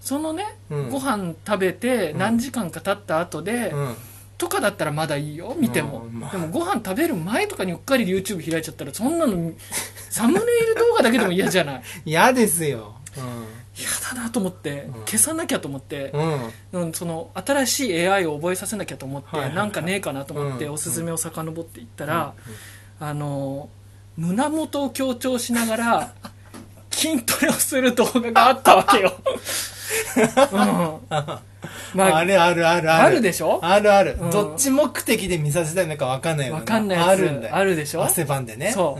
[SPEAKER 1] そのね、
[SPEAKER 2] うん
[SPEAKER 1] ご飯食べて
[SPEAKER 2] うん
[SPEAKER 1] 何時間か経った後で、
[SPEAKER 2] うん
[SPEAKER 1] とかだったらまだいいよ見ても、
[SPEAKER 2] うんまあ
[SPEAKER 1] でもご飯食べる前とかにうっかり YouTube 開いちゃったらそんなのサムネイル動画だけでも嫌じゃ
[SPEAKER 2] <laughs>
[SPEAKER 1] ない
[SPEAKER 2] 嫌ですよう
[SPEAKER 1] 嫌だなと思って
[SPEAKER 2] うん
[SPEAKER 1] 消さなきゃと思って
[SPEAKER 2] ん、うん
[SPEAKER 1] うんその新しい AI を覚えさせなきゃと思って、
[SPEAKER 2] はいはいはい
[SPEAKER 1] なんかねえかなと思って、
[SPEAKER 2] うん
[SPEAKER 1] おすすめを遡っていったら、あの胸元を強調しながら <laughs> 筋トレをする動画があったわ
[SPEAKER 2] <laughs>
[SPEAKER 1] けよ、うんまあ
[SPEAKER 2] あ、るあるあるある
[SPEAKER 1] あるでしょ
[SPEAKER 2] あるある、
[SPEAKER 1] うん
[SPEAKER 2] どっち目的で見させたいのか分かんないよ
[SPEAKER 1] わかんないやつ
[SPEAKER 2] あるんだよ
[SPEAKER 1] あるでしょ
[SPEAKER 2] 汗ばんでね
[SPEAKER 1] そ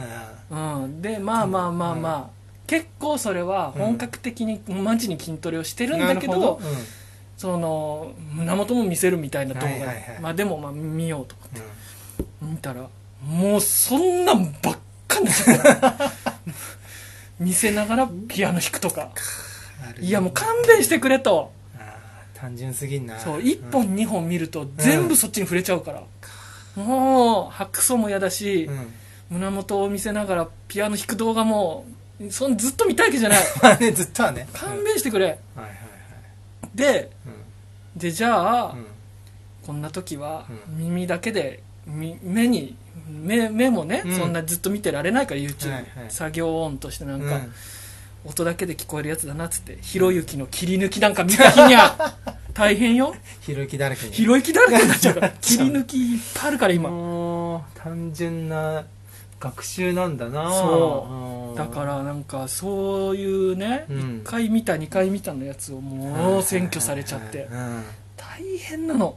[SPEAKER 1] う
[SPEAKER 2] うん
[SPEAKER 1] うん、でまあまあまあまあ、結構それは本格的に、マジに筋トレをしてるんだけど
[SPEAKER 2] なるほど
[SPEAKER 1] その胸元も見せるみたいな動画で、
[SPEAKER 2] はいはいはい
[SPEAKER 1] まあ、でもまあ見ようと
[SPEAKER 2] うん
[SPEAKER 1] 見たらもうそんなんばっかに
[SPEAKER 2] <laughs>
[SPEAKER 1] なっちゃった見せながらピアノ弾くとか
[SPEAKER 2] うんある
[SPEAKER 1] いやもう勘弁してくれと
[SPEAKER 2] あー単純すぎんな
[SPEAKER 1] そう
[SPEAKER 2] うん
[SPEAKER 1] 1本2本見ると全部そっちに触れちゃうから、もう白素も嫌だし、
[SPEAKER 2] うん
[SPEAKER 1] 胸元を見せながらピアノ弾く動画もそんずっと見たいわけじゃない
[SPEAKER 2] まあね <laughs> ずっとはね
[SPEAKER 1] 勘弁してくれ、
[SPEAKER 2] うんはいはいはい
[SPEAKER 1] で
[SPEAKER 2] う
[SPEAKER 1] でじゃあ、
[SPEAKER 2] んうん
[SPEAKER 1] こんな時は
[SPEAKER 2] うん
[SPEAKER 1] 耳だけでみ目に目目もね、
[SPEAKER 2] うん
[SPEAKER 1] そんなずっと見てられないから YouTube、
[SPEAKER 2] はいはい
[SPEAKER 1] 作業音としてなんか、
[SPEAKER 2] うん
[SPEAKER 1] 音だけで聞こえるやつだなっつってひろゆきの切り抜きなんか見た日に
[SPEAKER 2] <laughs>
[SPEAKER 1] ゃ大変よ
[SPEAKER 2] ひろゆきだらけに
[SPEAKER 1] ひろゆきだらけになっちゃう
[SPEAKER 2] <laughs>
[SPEAKER 1] から切り抜きいっぱいあるから今、
[SPEAKER 2] もう単純な学習なんだな
[SPEAKER 1] そう
[SPEAKER 2] うん
[SPEAKER 1] だからなんかそういうね、
[SPEAKER 2] うん
[SPEAKER 1] 1回見た2回見たのやつをもう占拠されちゃって
[SPEAKER 2] うんなる
[SPEAKER 1] 大変なの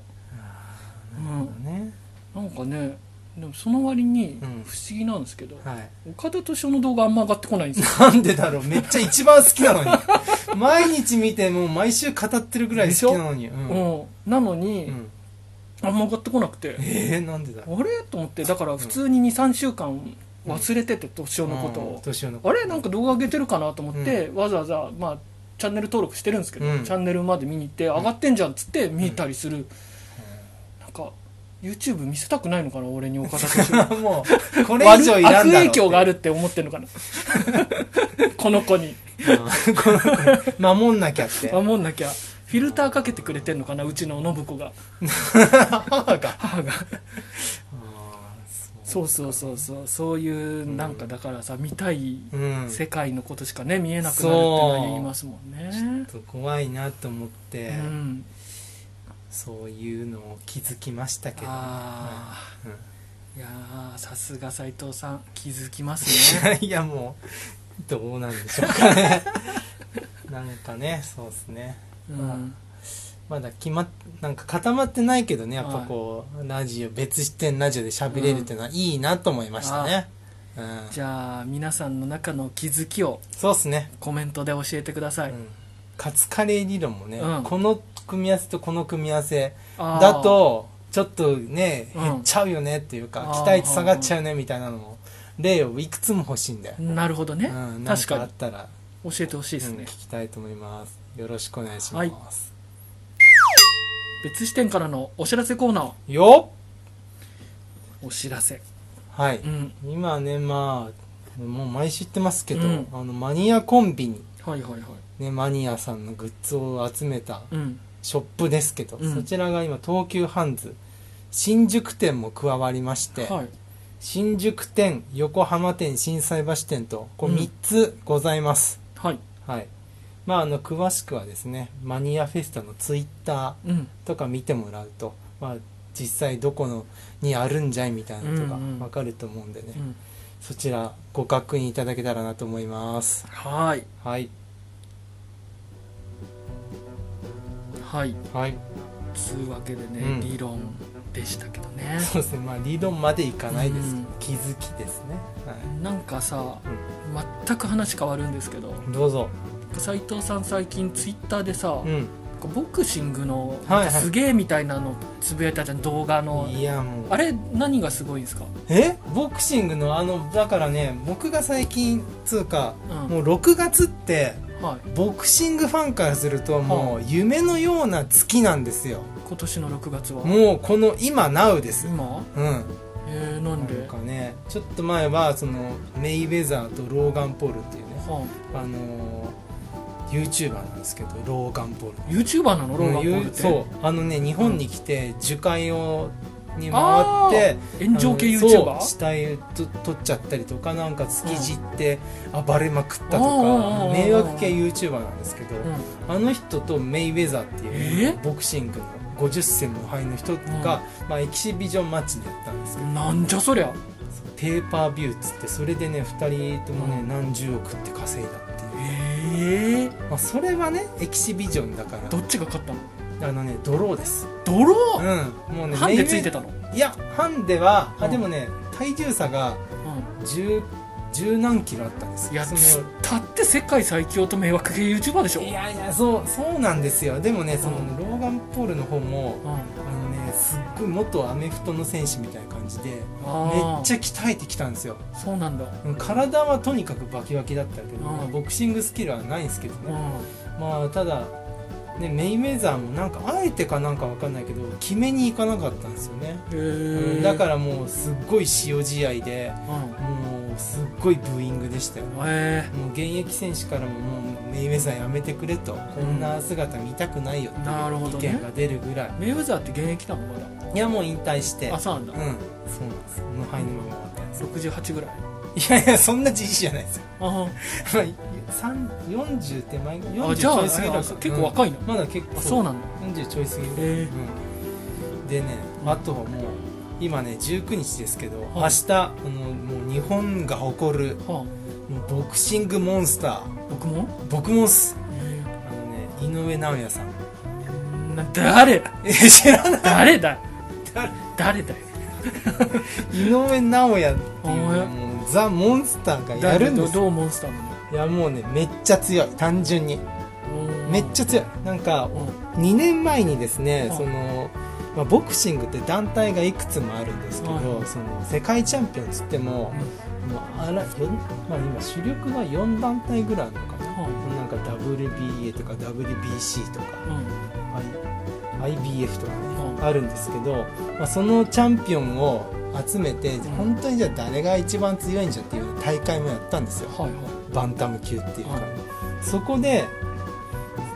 [SPEAKER 1] うん
[SPEAKER 2] ほどね
[SPEAKER 1] なんかねでもその割に不
[SPEAKER 2] うん
[SPEAKER 1] 思議なんですけど、
[SPEAKER 2] はい
[SPEAKER 1] 岡田斗司夫の動画あんま上がってこないんですよ
[SPEAKER 2] なんでだろうめっちゃ一番好き <laughs> なのに毎日見てもう毎週語ってるぐらい好きなのにう
[SPEAKER 1] うんん、なのに、
[SPEAKER 2] うん
[SPEAKER 1] あんま上がってこなくて
[SPEAKER 2] えーなんでだ
[SPEAKER 1] あれと思ってだから普通に23週間忘れてて斗司夫のこと
[SPEAKER 2] うん
[SPEAKER 1] を、
[SPEAKER 2] 年をの
[SPEAKER 1] あれなんか動画上げてるかなと思って、わざわざまあチャンネル登録してるんですけど、
[SPEAKER 2] うん
[SPEAKER 1] チャンネルまで見に行って上がってんじゃんっつって見たりする、なんか YouTube 見せたくないのかな俺に岡田斗司夫
[SPEAKER 2] もう <laughs> これ以上いらんだろ
[SPEAKER 1] 悪
[SPEAKER 2] う
[SPEAKER 1] 影響があるって思ってるのかな <laughs> この子に
[SPEAKER 2] うんこの守んなきゃ <laughs> って
[SPEAKER 1] 守んなきゃフィルターかけてくれてんのかなうちの信子が
[SPEAKER 2] <laughs> 母が
[SPEAKER 1] 母が
[SPEAKER 2] あーそう
[SPEAKER 1] そうそうそうそうそういうなんかだからさ見たい
[SPEAKER 2] うん
[SPEAKER 1] 世界のことしかね見えなくなるって
[SPEAKER 2] そう
[SPEAKER 1] 言いますもんね
[SPEAKER 2] ちょっと怖いなと思って、
[SPEAKER 1] うん
[SPEAKER 2] そういうのを気づきましたけど、
[SPEAKER 1] ああいやーさすが斉藤さん気づきますね
[SPEAKER 2] うんいやもうどうなんでしょうかね <laughs> なんかね <laughs> そうですね
[SPEAKER 1] うん
[SPEAKER 2] まだ決まっなんか固まってないけどねやっぱこう、ラジオ別視点ラジオで喋れるっていうのはいいなと思いましたね、うん
[SPEAKER 1] じゃあ皆さんの中の気づきを
[SPEAKER 2] そうっすね、
[SPEAKER 1] コメントで教えてください、
[SPEAKER 2] うん、カツカレー理論もね、
[SPEAKER 1] うん
[SPEAKER 2] この組み合わせとこの組み合わせ
[SPEAKER 1] あー
[SPEAKER 2] だとちょっとね
[SPEAKER 1] うん
[SPEAKER 2] 減っちゃうよねっていうか、
[SPEAKER 1] あー
[SPEAKER 2] 期待値下がっちゃうねみたいなのも例をいくつも欲しいんだよ、
[SPEAKER 1] なるほど
[SPEAKER 2] う
[SPEAKER 1] ね、
[SPEAKER 2] ん、なん
[SPEAKER 1] 確
[SPEAKER 2] かあ
[SPEAKER 1] か
[SPEAKER 2] ったら
[SPEAKER 1] に教えてほしいです
[SPEAKER 2] うん
[SPEAKER 1] ね、
[SPEAKER 2] 聞きたいと思いますよろしくお願いしま
[SPEAKER 1] は
[SPEAKER 2] す、
[SPEAKER 1] い別視点からのお知らせコーナー
[SPEAKER 2] よっ
[SPEAKER 1] お知らせ
[SPEAKER 2] はい、
[SPEAKER 1] うん
[SPEAKER 2] 今ねまあもう毎週言ってますけど、
[SPEAKER 1] うん
[SPEAKER 2] あのマニアコンビニ、
[SPEAKER 1] はいはいはい
[SPEAKER 2] ね、マニアさんのグッズを集めた
[SPEAKER 1] うん
[SPEAKER 2] ショップですけど、
[SPEAKER 1] うん
[SPEAKER 2] そちらが今東急ハンズ新宿店も加わりまして、
[SPEAKER 1] はい
[SPEAKER 2] 新宿店横浜店心斎橋店とこう
[SPEAKER 1] うん
[SPEAKER 2] 3つございます、
[SPEAKER 1] はい
[SPEAKER 2] はいまああの詳しくはですねマニアフェスタのツイッタ
[SPEAKER 1] うん
[SPEAKER 2] ーとか見てもらうと、まあ、実際どこのにあるんじゃいみたいなのとか
[SPEAKER 1] うんうん
[SPEAKER 2] わかると思うんでね、
[SPEAKER 1] うん
[SPEAKER 2] そちらご確認いただけたらなと思います
[SPEAKER 1] はい
[SPEAKER 2] はい
[SPEAKER 1] はい
[SPEAKER 2] はい
[SPEAKER 1] つうわけでね、
[SPEAKER 2] うん
[SPEAKER 1] 理論でしたけどね
[SPEAKER 2] そうですねまあ理論までいかないですけど、
[SPEAKER 1] うん
[SPEAKER 2] 気づきですね、は
[SPEAKER 1] なんかさ、全く話変わるんですけど
[SPEAKER 2] い、どうぞ
[SPEAKER 1] 斉藤さん最近ツイッターでさ、
[SPEAKER 2] うん
[SPEAKER 1] ボクシングの
[SPEAKER 2] はいはい
[SPEAKER 1] なんかすげえみたいなのつぶやいたじゃん動画の
[SPEAKER 2] いやもう
[SPEAKER 1] あれ何がすごいんですか、
[SPEAKER 2] えボクシングのあのだからね僕が最近つうか
[SPEAKER 1] うん
[SPEAKER 2] もう6月って
[SPEAKER 1] はい、
[SPEAKER 2] ボクシングファンからするともう夢のような月なんですよ
[SPEAKER 1] 今年の6月は
[SPEAKER 2] もうこの今 NOW です
[SPEAKER 1] 今
[SPEAKER 2] うん
[SPEAKER 1] えー、なんで
[SPEAKER 2] なんかねちょっと前はそのメイウェザーとローガン・ポールっていうね
[SPEAKER 1] は
[SPEAKER 2] あのー、YouTuber なんですけどローガン・ポール
[SPEAKER 1] あ、YouTuber なのローガン・ポールって
[SPEAKER 2] そうあのね日本に来て樹海をに回って
[SPEAKER 1] 炎上系 YouTuber?
[SPEAKER 2] あのそう死体と取っちゃったりとかなんか築地って暴れまくったとか
[SPEAKER 1] うん
[SPEAKER 2] 迷惑系 YouTuber なんですけど、
[SPEAKER 1] うん
[SPEAKER 2] あの人とメイウェザーってい
[SPEAKER 1] え
[SPEAKER 2] うボクシングの50戦無敗の人が、まあ、エキシビジョンマッチでやったんですけど
[SPEAKER 1] なんじゃそりゃ
[SPEAKER 2] ペーパービューっつってそれでね2人ともね、
[SPEAKER 1] うん
[SPEAKER 2] 何十億って稼いだっていう、
[SPEAKER 1] ええ
[SPEAKER 2] まあ、それはねエキシビジョンだか
[SPEAKER 1] どっちが勝ったの
[SPEAKER 2] らあのねドローです、
[SPEAKER 1] ドロー、
[SPEAKER 2] うん、もうね
[SPEAKER 1] ハンデつい
[SPEAKER 2] メイウェ
[SPEAKER 1] てたの、
[SPEAKER 2] いやハンデは、
[SPEAKER 1] う
[SPEAKER 2] あ
[SPEAKER 1] ん
[SPEAKER 2] でもね体重差が
[SPEAKER 1] う
[SPEAKER 2] 十十何キロあったんです
[SPEAKER 1] ん、いや
[SPEAKER 2] その
[SPEAKER 1] つったって世界最強と迷惑系 YouTuber でしょ
[SPEAKER 2] いやいやそうそうなんですよでもねその、
[SPEAKER 1] うん
[SPEAKER 2] ローガン・ポールの方も
[SPEAKER 1] うん、あ
[SPEAKER 2] あのねすっごい元アメフトの選手みたいな感じでめっ
[SPEAKER 1] あ
[SPEAKER 2] ちゃ鍛えてきたんですよ
[SPEAKER 1] ゃそうなんだ、
[SPEAKER 2] うん体はとにかくバキバキだったけど、
[SPEAKER 1] うん
[SPEAKER 2] まあボクシングスキルはないんですけど
[SPEAKER 1] う
[SPEAKER 2] ね、
[SPEAKER 1] ん、
[SPEAKER 2] まあただねメイウェザーもなんかあえてかなんかわかんないけど決めに行かなかったんですよね、
[SPEAKER 1] え
[SPEAKER 2] うん
[SPEAKER 1] ー、、
[SPEAKER 2] だかららもうすっごい塩試合で
[SPEAKER 1] うん、
[SPEAKER 2] もうすっごいブーイングでしたよ
[SPEAKER 1] え
[SPEAKER 2] もう現役選手からももうメイウェザーやめてくれとこんな姿見たくないよって
[SPEAKER 1] ー、なるほど
[SPEAKER 2] 意見
[SPEAKER 1] ね
[SPEAKER 2] が出るぐらい、
[SPEAKER 1] メイウェザーって現役なのまだ
[SPEAKER 2] いやもう引退して
[SPEAKER 1] あそうなん
[SPEAKER 2] う
[SPEAKER 1] だ
[SPEAKER 2] んそうなんです無敗のまま終わったんですよ
[SPEAKER 1] 68ぐらい
[SPEAKER 2] いやいやそんなじじいじゃないですよ <laughs>
[SPEAKER 1] あ
[SPEAKER 2] 三40手前ぐ
[SPEAKER 1] あ
[SPEAKER 2] 40
[SPEAKER 1] あ
[SPEAKER 2] ち
[SPEAKER 1] じゃあ
[SPEAKER 2] ょ
[SPEAKER 1] あ
[SPEAKER 2] い過ぎだから
[SPEAKER 1] 結構若いな、
[SPEAKER 2] うんまだ結構
[SPEAKER 1] あそうなんだ
[SPEAKER 2] 40ちょい過ぎぐらい
[SPEAKER 1] え
[SPEAKER 2] うんでねあとはもう今ね19日ですけど明日あのもう日本が誇る
[SPEAKER 1] ーは
[SPEAKER 2] もうボクシングモンスタ
[SPEAKER 1] あ
[SPEAKER 2] ー、
[SPEAKER 1] 僕も、
[SPEAKER 2] 僕もっす
[SPEAKER 1] え
[SPEAKER 2] あのね井上尚弥さん <laughs>
[SPEAKER 1] ー、な誰
[SPEAKER 2] え知らない
[SPEAKER 1] 誰だよ誰だよ
[SPEAKER 2] 井上尚弥っていう
[SPEAKER 1] お前
[SPEAKER 2] もうザ・モンスターがやるんです
[SPEAKER 1] ど
[SPEAKER 2] よ
[SPEAKER 1] どうモンスターなの
[SPEAKER 2] いやもうねめっちゃ強い単純にめっちゃ強いなんか
[SPEAKER 1] うん
[SPEAKER 2] 2年前にですね
[SPEAKER 1] うん
[SPEAKER 2] その、まあ、ボクシングって団体がいくつもあるんですけど、
[SPEAKER 1] はい
[SPEAKER 2] その世界チャンピオンっつっても,、もうあら、よんまあ、今主力が4団体ぐらいあるのかな
[SPEAKER 1] は
[SPEAKER 2] なんか WBA とか WBC とか
[SPEAKER 1] いうん
[SPEAKER 2] I- IBF とかね
[SPEAKER 1] うん
[SPEAKER 2] あるんですけど、まあ、そのチャンピオンを集めて本当にじゃあ誰が一番強いんじゃっていう大会もやったんですよ
[SPEAKER 1] はいはい
[SPEAKER 2] バンタム級っていうか、
[SPEAKER 1] はい
[SPEAKER 2] そこで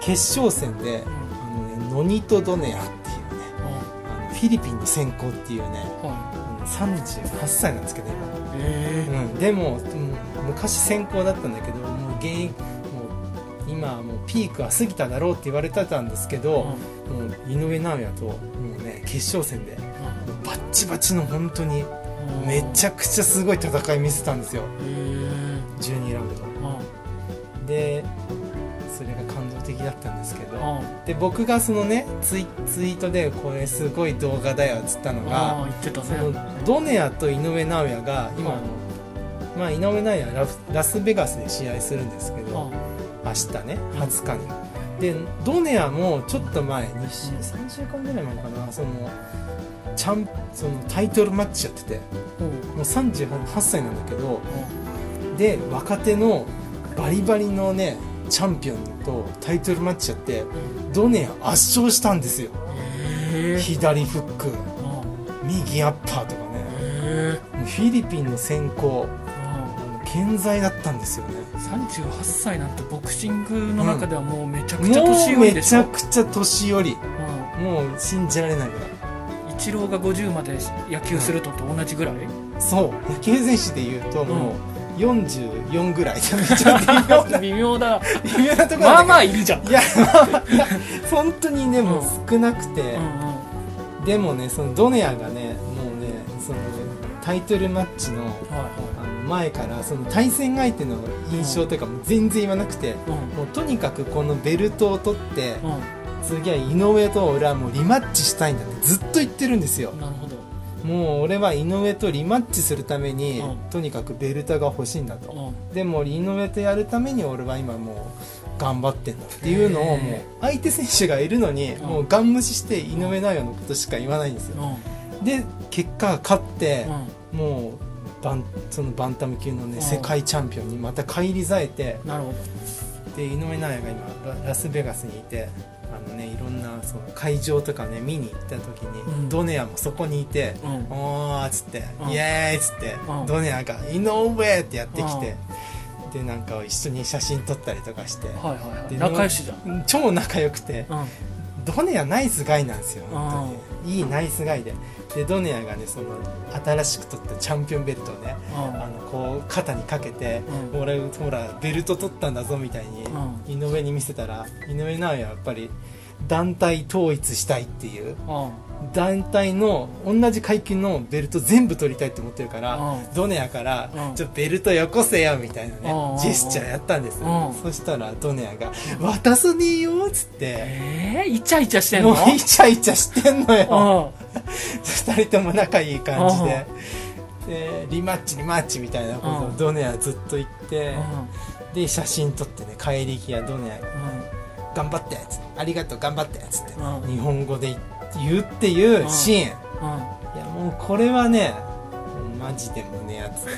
[SPEAKER 2] 決勝戦で、
[SPEAKER 1] うん
[SPEAKER 2] あのね、ノニト・ドネアっていうね
[SPEAKER 1] は
[SPEAKER 2] あのフィリピンの先行っていうね
[SPEAKER 1] いは
[SPEAKER 2] あの38歳なんですけど今
[SPEAKER 3] え
[SPEAKER 2] うん、でも、うん昔先行だったんだけどもう現役もう今はもうピークは過ぎただろうって言われてたんですけ
[SPEAKER 3] え
[SPEAKER 2] ど、もう井上尚弥ともうね決勝戦でもうバッチバチの本当にめち
[SPEAKER 3] ゃ
[SPEAKER 2] ゃくちゃすごい戦い見せたんですよ
[SPEAKER 3] ええ
[SPEAKER 2] 12ラウンド
[SPEAKER 3] あ
[SPEAKER 2] でそれが感動的だったんですけど
[SPEAKER 3] あ
[SPEAKER 2] で僕がそのねツイツイートでこれすごい動画だよっつったのが
[SPEAKER 3] ああ言ってた
[SPEAKER 2] そ
[SPEAKER 3] ね
[SPEAKER 2] のドネアと井上尚弥が今、
[SPEAKER 3] うん
[SPEAKER 2] まあ、井上尚弥はラフラスベガスで試合するんですけ
[SPEAKER 3] あ
[SPEAKER 2] ど明日ね20日に。でドネアもちょっと前2週3週間ぐらい前かなそのチャンそのタイトルマッチやってても
[SPEAKER 3] うん
[SPEAKER 2] う38歳なんだけどで若手のバリバリのねチャンピオンとタイトルマッチやってドネア圧勝したんですよ
[SPEAKER 3] ええ
[SPEAKER 2] 左フック
[SPEAKER 3] あ
[SPEAKER 2] 右アッパーとかね
[SPEAKER 3] あええ
[SPEAKER 2] もうフィリピンの先行あ
[SPEAKER 3] あ
[SPEAKER 2] の健在だったんですよね
[SPEAKER 3] あ38歳なんてボクシングの中ではもうめちゃくちゃ
[SPEAKER 2] も
[SPEAKER 3] 年
[SPEAKER 2] う
[SPEAKER 3] 上
[SPEAKER 2] め
[SPEAKER 3] で
[SPEAKER 2] ち
[SPEAKER 3] し
[SPEAKER 2] ゃ
[SPEAKER 3] ょ
[SPEAKER 2] くちゃ年寄り
[SPEAKER 3] うん
[SPEAKER 2] もう信じられないぐらい
[SPEAKER 3] 一郎が50まで野球するとと同じぐらい、
[SPEAKER 2] そう野球選手で言うともう44ぐらい <laughs> めちゃ微妙な
[SPEAKER 3] 微妙だ
[SPEAKER 2] 微妙なところ
[SPEAKER 3] まあま
[SPEAKER 2] あ
[SPEAKER 3] あいるじゃん、
[SPEAKER 2] いやまあまあ本当にねもう少なくて
[SPEAKER 3] うんうん、
[SPEAKER 2] でもねそのドネアがねもうねそのタイトルマッチのあ
[SPEAKER 3] は
[SPEAKER 2] の前からその対戦相手の印象とかも全然言わなく
[SPEAKER 3] い
[SPEAKER 2] て
[SPEAKER 3] はいうん
[SPEAKER 2] もうとにかくこのベルトを取って、
[SPEAKER 3] う
[SPEAKER 2] 次は井上と俺はもうリマッチしたいんだってずっと言ってるんですよ
[SPEAKER 3] ん、なるほど、
[SPEAKER 2] もう俺は井上とリマッチするために、
[SPEAKER 3] うん
[SPEAKER 2] とにかくベルトが欲しいんだ
[SPEAKER 3] う
[SPEAKER 2] と、
[SPEAKER 3] ん、
[SPEAKER 2] でも井上とやるために俺は今もう頑張ってんだっていうのを
[SPEAKER 3] へー
[SPEAKER 2] もう相手選手がいるのに、
[SPEAKER 3] ん
[SPEAKER 2] もうガン無視して井上尚弥のことしか言わないんですよ、
[SPEAKER 3] うん
[SPEAKER 2] で結果勝って
[SPEAKER 3] う、ん
[SPEAKER 2] もうバンそのバンタム級のね、
[SPEAKER 3] うん
[SPEAKER 2] 世界チャンピオンにまた返り咲いて
[SPEAKER 3] なるほど
[SPEAKER 2] で井上尚弥が今ララスベガスにいてあのねいろんなその会場とかね見に行った時に、
[SPEAKER 3] うん
[SPEAKER 2] ドネアもそこにいて
[SPEAKER 3] うん
[SPEAKER 2] 「おー」っつって「
[SPEAKER 3] うん
[SPEAKER 2] イエーイ!」っつって、
[SPEAKER 3] うん
[SPEAKER 2] ドネアが「井上!」ってやってきて、でなんか一緒に写真撮ったりとかして、
[SPEAKER 3] はいはいはい
[SPEAKER 2] で
[SPEAKER 3] 仲良しじゃん、
[SPEAKER 2] 超仲良くて、
[SPEAKER 3] うん、
[SPEAKER 2] ドネアナイスガイなんですよ本当にいいナイスガイででドネアがねその新しく取ったチャンピオンベルトをね
[SPEAKER 3] うん
[SPEAKER 2] あのこう肩にかけて、
[SPEAKER 3] うん
[SPEAKER 2] 俺ほらベルト取ったんだぞみたいに、井上に見せたら井上尚弥はやっぱり団体統一したいっていう
[SPEAKER 3] うん
[SPEAKER 2] 団体の同じ階級のベルト全部取りたいって思ってるから、
[SPEAKER 3] うん
[SPEAKER 2] ドネアから、
[SPEAKER 3] うん
[SPEAKER 2] ちょっとベルトよこせよみたいなね、
[SPEAKER 3] うん
[SPEAKER 2] ジェスチャーやったんです、
[SPEAKER 3] うん
[SPEAKER 2] そしたらドネアが「渡さねえよ」っつって、
[SPEAKER 3] ええイチャイチャしてんの
[SPEAKER 2] もうイチャイチャしてんのよ、
[SPEAKER 3] うん
[SPEAKER 2] 2人とも仲いい感じで、でリマッチリマッチみたいなこと
[SPEAKER 3] う
[SPEAKER 2] を
[SPEAKER 3] ん
[SPEAKER 2] ドネアずっと言って、
[SPEAKER 3] うん
[SPEAKER 2] で写真撮ってね帰り際ドネアが「頑張って」っつって「ありがとう頑張って」っつって、
[SPEAKER 3] うん
[SPEAKER 2] 日本語で言うっていうシー
[SPEAKER 3] う
[SPEAKER 2] ン、
[SPEAKER 3] ん
[SPEAKER 2] いやもうこれはねマジで胸熱です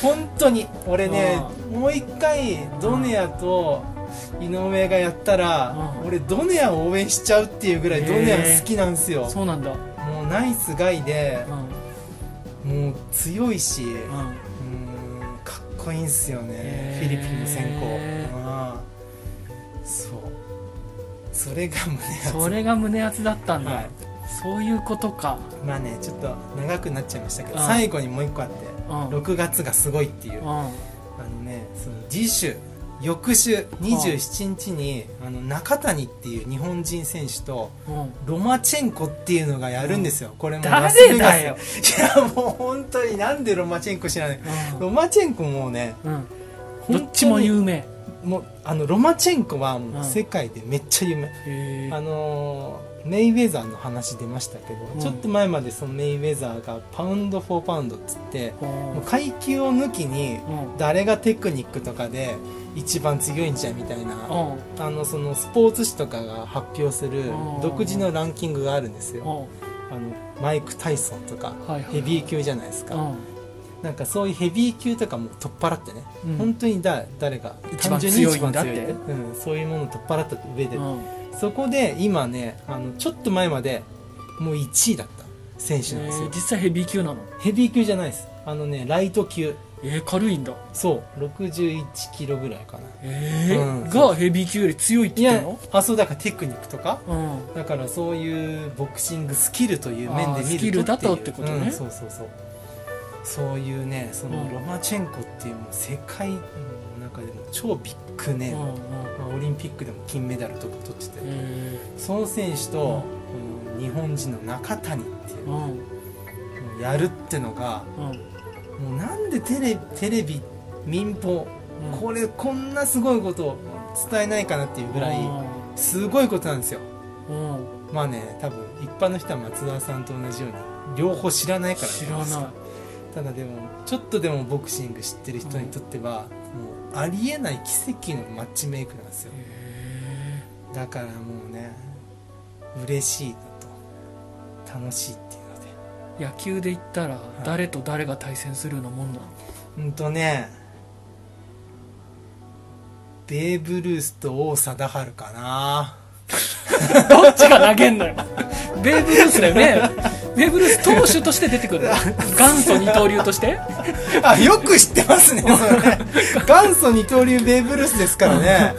[SPEAKER 3] <laughs>
[SPEAKER 2] 本当に俺ねもう一回ドネアと井上がやったら、
[SPEAKER 3] うん
[SPEAKER 2] 俺ドネアを応援しちゃうっていうぐらいドネア好きなんです
[SPEAKER 3] う
[SPEAKER 2] よ
[SPEAKER 3] ん、そうなんだ
[SPEAKER 2] もうナイスガイで
[SPEAKER 3] う、ん
[SPEAKER 2] もう強いし、う
[SPEAKER 3] うん
[SPEAKER 2] ーんかっこいいんすよね
[SPEAKER 3] へー
[SPEAKER 2] フィリピンの先行、ああそうそれが胸熱
[SPEAKER 3] それが胸熱だったんだ、
[SPEAKER 2] はい
[SPEAKER 3] そういうことか
[SPEAKER 2] まあねちょっと長くなっちゃいましたけど、
[SPEAKER 3] うん
[SPEAKER 2] 最後にもう一個あって、
[SPEAKER 3] うん
[SPEAKER 2] 6月がすごいっていう、
[SPEAKER 3] うん
[SPEAKER 2] あのねその次週翌週27日に、あの中谷っていう日本人選手と
[SPEAKER 3] うん
[SPEAKER 2] ロマチェンコっていうのがやるんですよ、これも
[SPEAKER 3] 誰
[SPEAKER 2] ラスベガス
[SPEAKER 3] だよ
[SPEAKER 2] いやもう本当になんでロマチェンコ知らないロマチェンコもうね
[SPEAKER 3] うん
[SPEAKER 2] 本当
[SPEAKER 3] ど
[SPEAKER 2] に
[SPEAKER 3] っちも有名
[SPEAKER 2] もうあのロマチェンコはも
[SPEAKER 3] うん
[SPEAKER 2] う世界でめっちゃ有名、
[SPEAKER 3] へ
[SPEAKER 2] あのーメイウェザーの話出ましたけど、
[SPEAKER 3] うん
[SPEAKER 2] ちょっと前までそのメイウェザーがパウンド・フォーパウンドっつって
[SPEAKER 3] う
[SPEAKER 2] もう階級を抜きに
[SPEAKER 3] ん
[SPEAKER 2] 誰がテクニックとかで一番強いんじゃみたいな
[SPEAKER 3] うん
[SPEAKER 2] あのそのスポーツ紙とかが発表する
[SPEAKER 3] うん
[SPEAKER 2] 独自のランキングがあるんです
[SPEAKER 3] う
[SPEAKER 2] よ
[SPEAKER 3] ん
[SPEAKER 2] あのマイク・タイソンとか
[SPEAKER 3] はいはい
[SPEAKER 2] ヘビー級じゃないです
[SPEAKER 3] う
[SPEAKER 2] か
[SPEAKER 3] ん
[SPEAKER 2] なんかそういうヘビー級とかも取っ払ってね
[SPEAKER 3] うん
[SPEAKER 2] 本当にだ誰が
[SPEAKER 3] 一番
[SPEAKER 2] 単純に
[SPEAKER 3] 強いんだって
[SPEAKER 2] 一番強いうんそういうものを取っ払った上で
[SPEAKER 3] うん
[SPEAKER 2] そこで今ねあのちょっと前までもう1位だった選手なんです
[SPEAKER 3] え
[SPEAKER 2] よ
[SPEAKER 3] ー実際ヘビー級なの
[SPEAKER 2] ヘビー級じゃないですあのねライト級
[SPEAKER 1] えー、軽いんだ
[SPEAKER 2] そう61キロぐらいかな
[SPEAKER 1] えー
[SPEAKER 2] うん
[SPEAKER 1] がヘビー級より強いって
[SPEAKER 2] い
[SPEAKER 1] 言って
[SPEAKER 2] や
[SPEAKER 1] んの
[SPEAKER 2] あそうだからテクニックとか
[SPEAKER 1] うん
[SPEAKER 2] だからそういうボクシングスキルという面で見ると
[SPEAKER 1] あースキルだとってことね
[SPEAKER 2] うんそうそうそうそういうねその
[SPEAKER 1] うん
[SPEAKER 2] ロマチェンコっていうもう世界の中でも超ビッグ
[SPEAKER 1] う
[SPEAKER 2] ネー
[SPEAKER 1] ん
[SPEAKER 2] ム、
[SPEAKER 1] うん
[SPEAKER 2] まあ、オリンピックでも金メダルとか取ってて、
[SPEAKER 1] え
[SPEAKER 2] その選手と、うん日本人の中谷っていう
[SPEAKER 1] ーう、んうん
[SPEAKER 2] もうやるってのがもうなんでテレテレビ民放
[SPEAKER 1] うん
[SPEAKER 2] これこんなすごいことを伝えないかなっていうぐらい
[SPEAKER 1] うん
[SPEAKER 2] すごいことなんですよ
[SPEAKER 1] うん
[SPEAKER 2] まあね多分一般の人は松田さんと同じように両方知らないから
[SPEAKER 1] 知らない
[SPEAKER 2] ただでもちょっとでもボクシング知ってる人にとっては、もうありえない奇跡のマッチメイクなんですよ
[SPEAKER 1] え
[SPEAKER 2] だからもうね嬉しいのと楽しいっていうので
[SPEAKER 1] ー野球で言ったら誰と誰が対戦するようなもんなの <laughs>
[SPEAKER 2] うんとねベーブ・ルースと王貞治かな
[SPEAKER 1] どっちが投げんのよ。 <laughs> ベーブ・ルースだよね。ベーブ・ルース投手として出て
[SPEAKER 2] <laughs>
[SPEAKER 1] くるの。元祖二刀流として。
[SPEAKER 2] あよく知ってますね <laughs> 元祖二刀流ベーブ・ルースですからね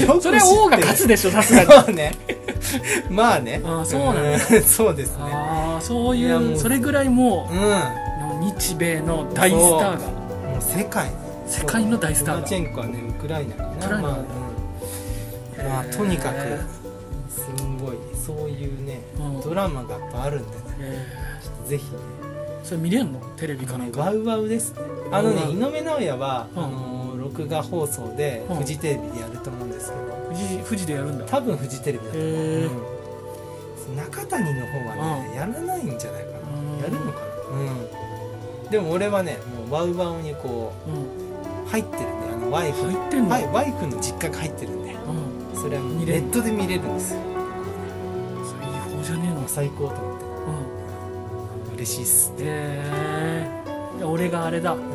[SPEAKER 2] よく知って
[SPEAKER 1] <laughs>
[SPEAKER 2] る
[SPEAKER 1] それは王が勝つでしょ、さすがに。
[SPEAKER 2] まあねまあね
[SPEAKER 1] あーそうなんだ
[SPEAKER 2] んそうですね
[SPEAKER 1] ああ、そうい
[SPEAKER 2] いや
[SPEAKER 1] う、
[SPEAKER 2] もう
[SPEAKER 1] それぐらいも
[SPEAKER 2] うん
[SPEAKER 1] う、日米の大スターが。
[SPEAKER 2] もう世界ね
[SPEAKER 1] 世界の大スターだ
[SPEAKER 2] ロマチェンコはねウクライナかな
[SPEAKER 1] ウクライナ
[SPEAKER 2] まあ
[SPEAKER 1] なんだ
[SPEAKER 2] うんまあ
[SPEAKER 1] へー
[SPEAKER 2] とにかくすんごいそういうね、
[SPEAKER 1] うん
[SPEAKER 2] ドラマがやっぱあるんでね
[SPEAKER 1] え
[SPEAKER 2] ぜひね
[SPEAKER 1] ーそれ見れんのテレビかなんか。
[SPEAKER 2] ワウワウですねあのね
[SPEAKER 1] ワウワウ
[SPEAKER 2] 井上尚弥は、
[SPEAKER 1] うん
[SPEAKER 2] あの録画放送で、
[SPEAKER 1] うん
[SPEAKER 2] フジテレビでやると思うんですけど
[SPEAKER 1] 富士、富士でやるんだ。
[SPEAKER 2] 多分フジテレビだと思う、
[SPEAKER 1] へー
[SPEAKER 2] うん中谷の方はね、やらないんじゃないかな、
[SPEAKER 1] うん
[SPEAKER 2] やるのかな、うん、でも俺はねもうワウワウにこ
[SPEAKER 1] うん。
[SPEAKER 2] う入ってるんであのワイフ
[SPEAKER 1] 入ってんの
[SPEAKER 2] ワイワイフの実家が入ってるんで
[SPEAKER 1] うん。
[SPEAKER 2] それはも
[SPEAKER 1] 見
[SPEAKER 2] う
[SPEAKER 1] れ
[SPEAKER 2] ネ
[SPEAKER 1] る
[SPEAKER 2] ットで見れるんですよ
[SPEAKER 1] それいい方じゃねえの。
[SPEAKER 2] 最高と思って
[SPEAKER 1] うん。
[SPEAKER 2] 嬉しいっす、
[SPEAKER 1] えーいや俺があれだ。
[SPEAKER 2] うん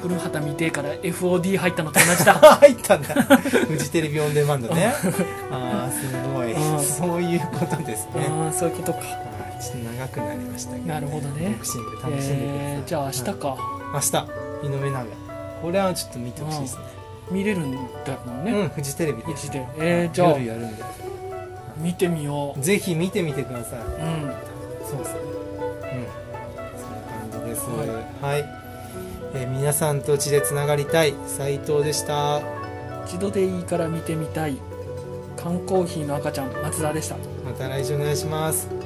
[SPEAKER 1] 古畑見てえから FOD 入ったのと同
[SPEAKER 2] <laughs>
[SPEAKER 1] じだ。
[SPEAKER 2] 入ったんだフジテレビオンデマンド
[SPEAKER 1] <laughs>
[SPEAKER 2] ねああすごい
[SPEAKER 1] うん
[SPEAKER 2] そういうことですね
[SPEAKER 1] ああ、そういうことか。
[SPEAKER 2] はいちょっと長くなりましたけど、
[SPEAKER 1] なるほどね
[SPEAKER 2] ボクシング楽しんでください、
[SPEAKER 1] えーじゃあ明日
[SPEAKER 2] はい
[SPEAKER 1] か。
[SPEAKER 2] 明日井上尚弥これはちょっと見てほしいですね
[SPEAKER 1] 見れるんだもん
[SPEAKER 2] う
[SPEAKER 1] ね、
[SPEAKER 2] ん、フジテレビで
[SPEAKER 1] うちでえー、じゃあ
[SPEAKER 2] 夜やるんで
[SPEAKER 1] 見てみよ
[SPEAKER 2] ぜひ見てみてくださいう
[SPEAKER 1] うん
[SPEAKER 2] そうですねうんそんな感じです
[SPEAKER 1] は
[SPEAKER 2] はい、えー皆さんと地でつながりたい斉藤でした
[SPEAKER 1] 一度でいいから見てみたい缶コーヒーの赤ちゃん松田でした
[SPEAKER 2] また来週お願いします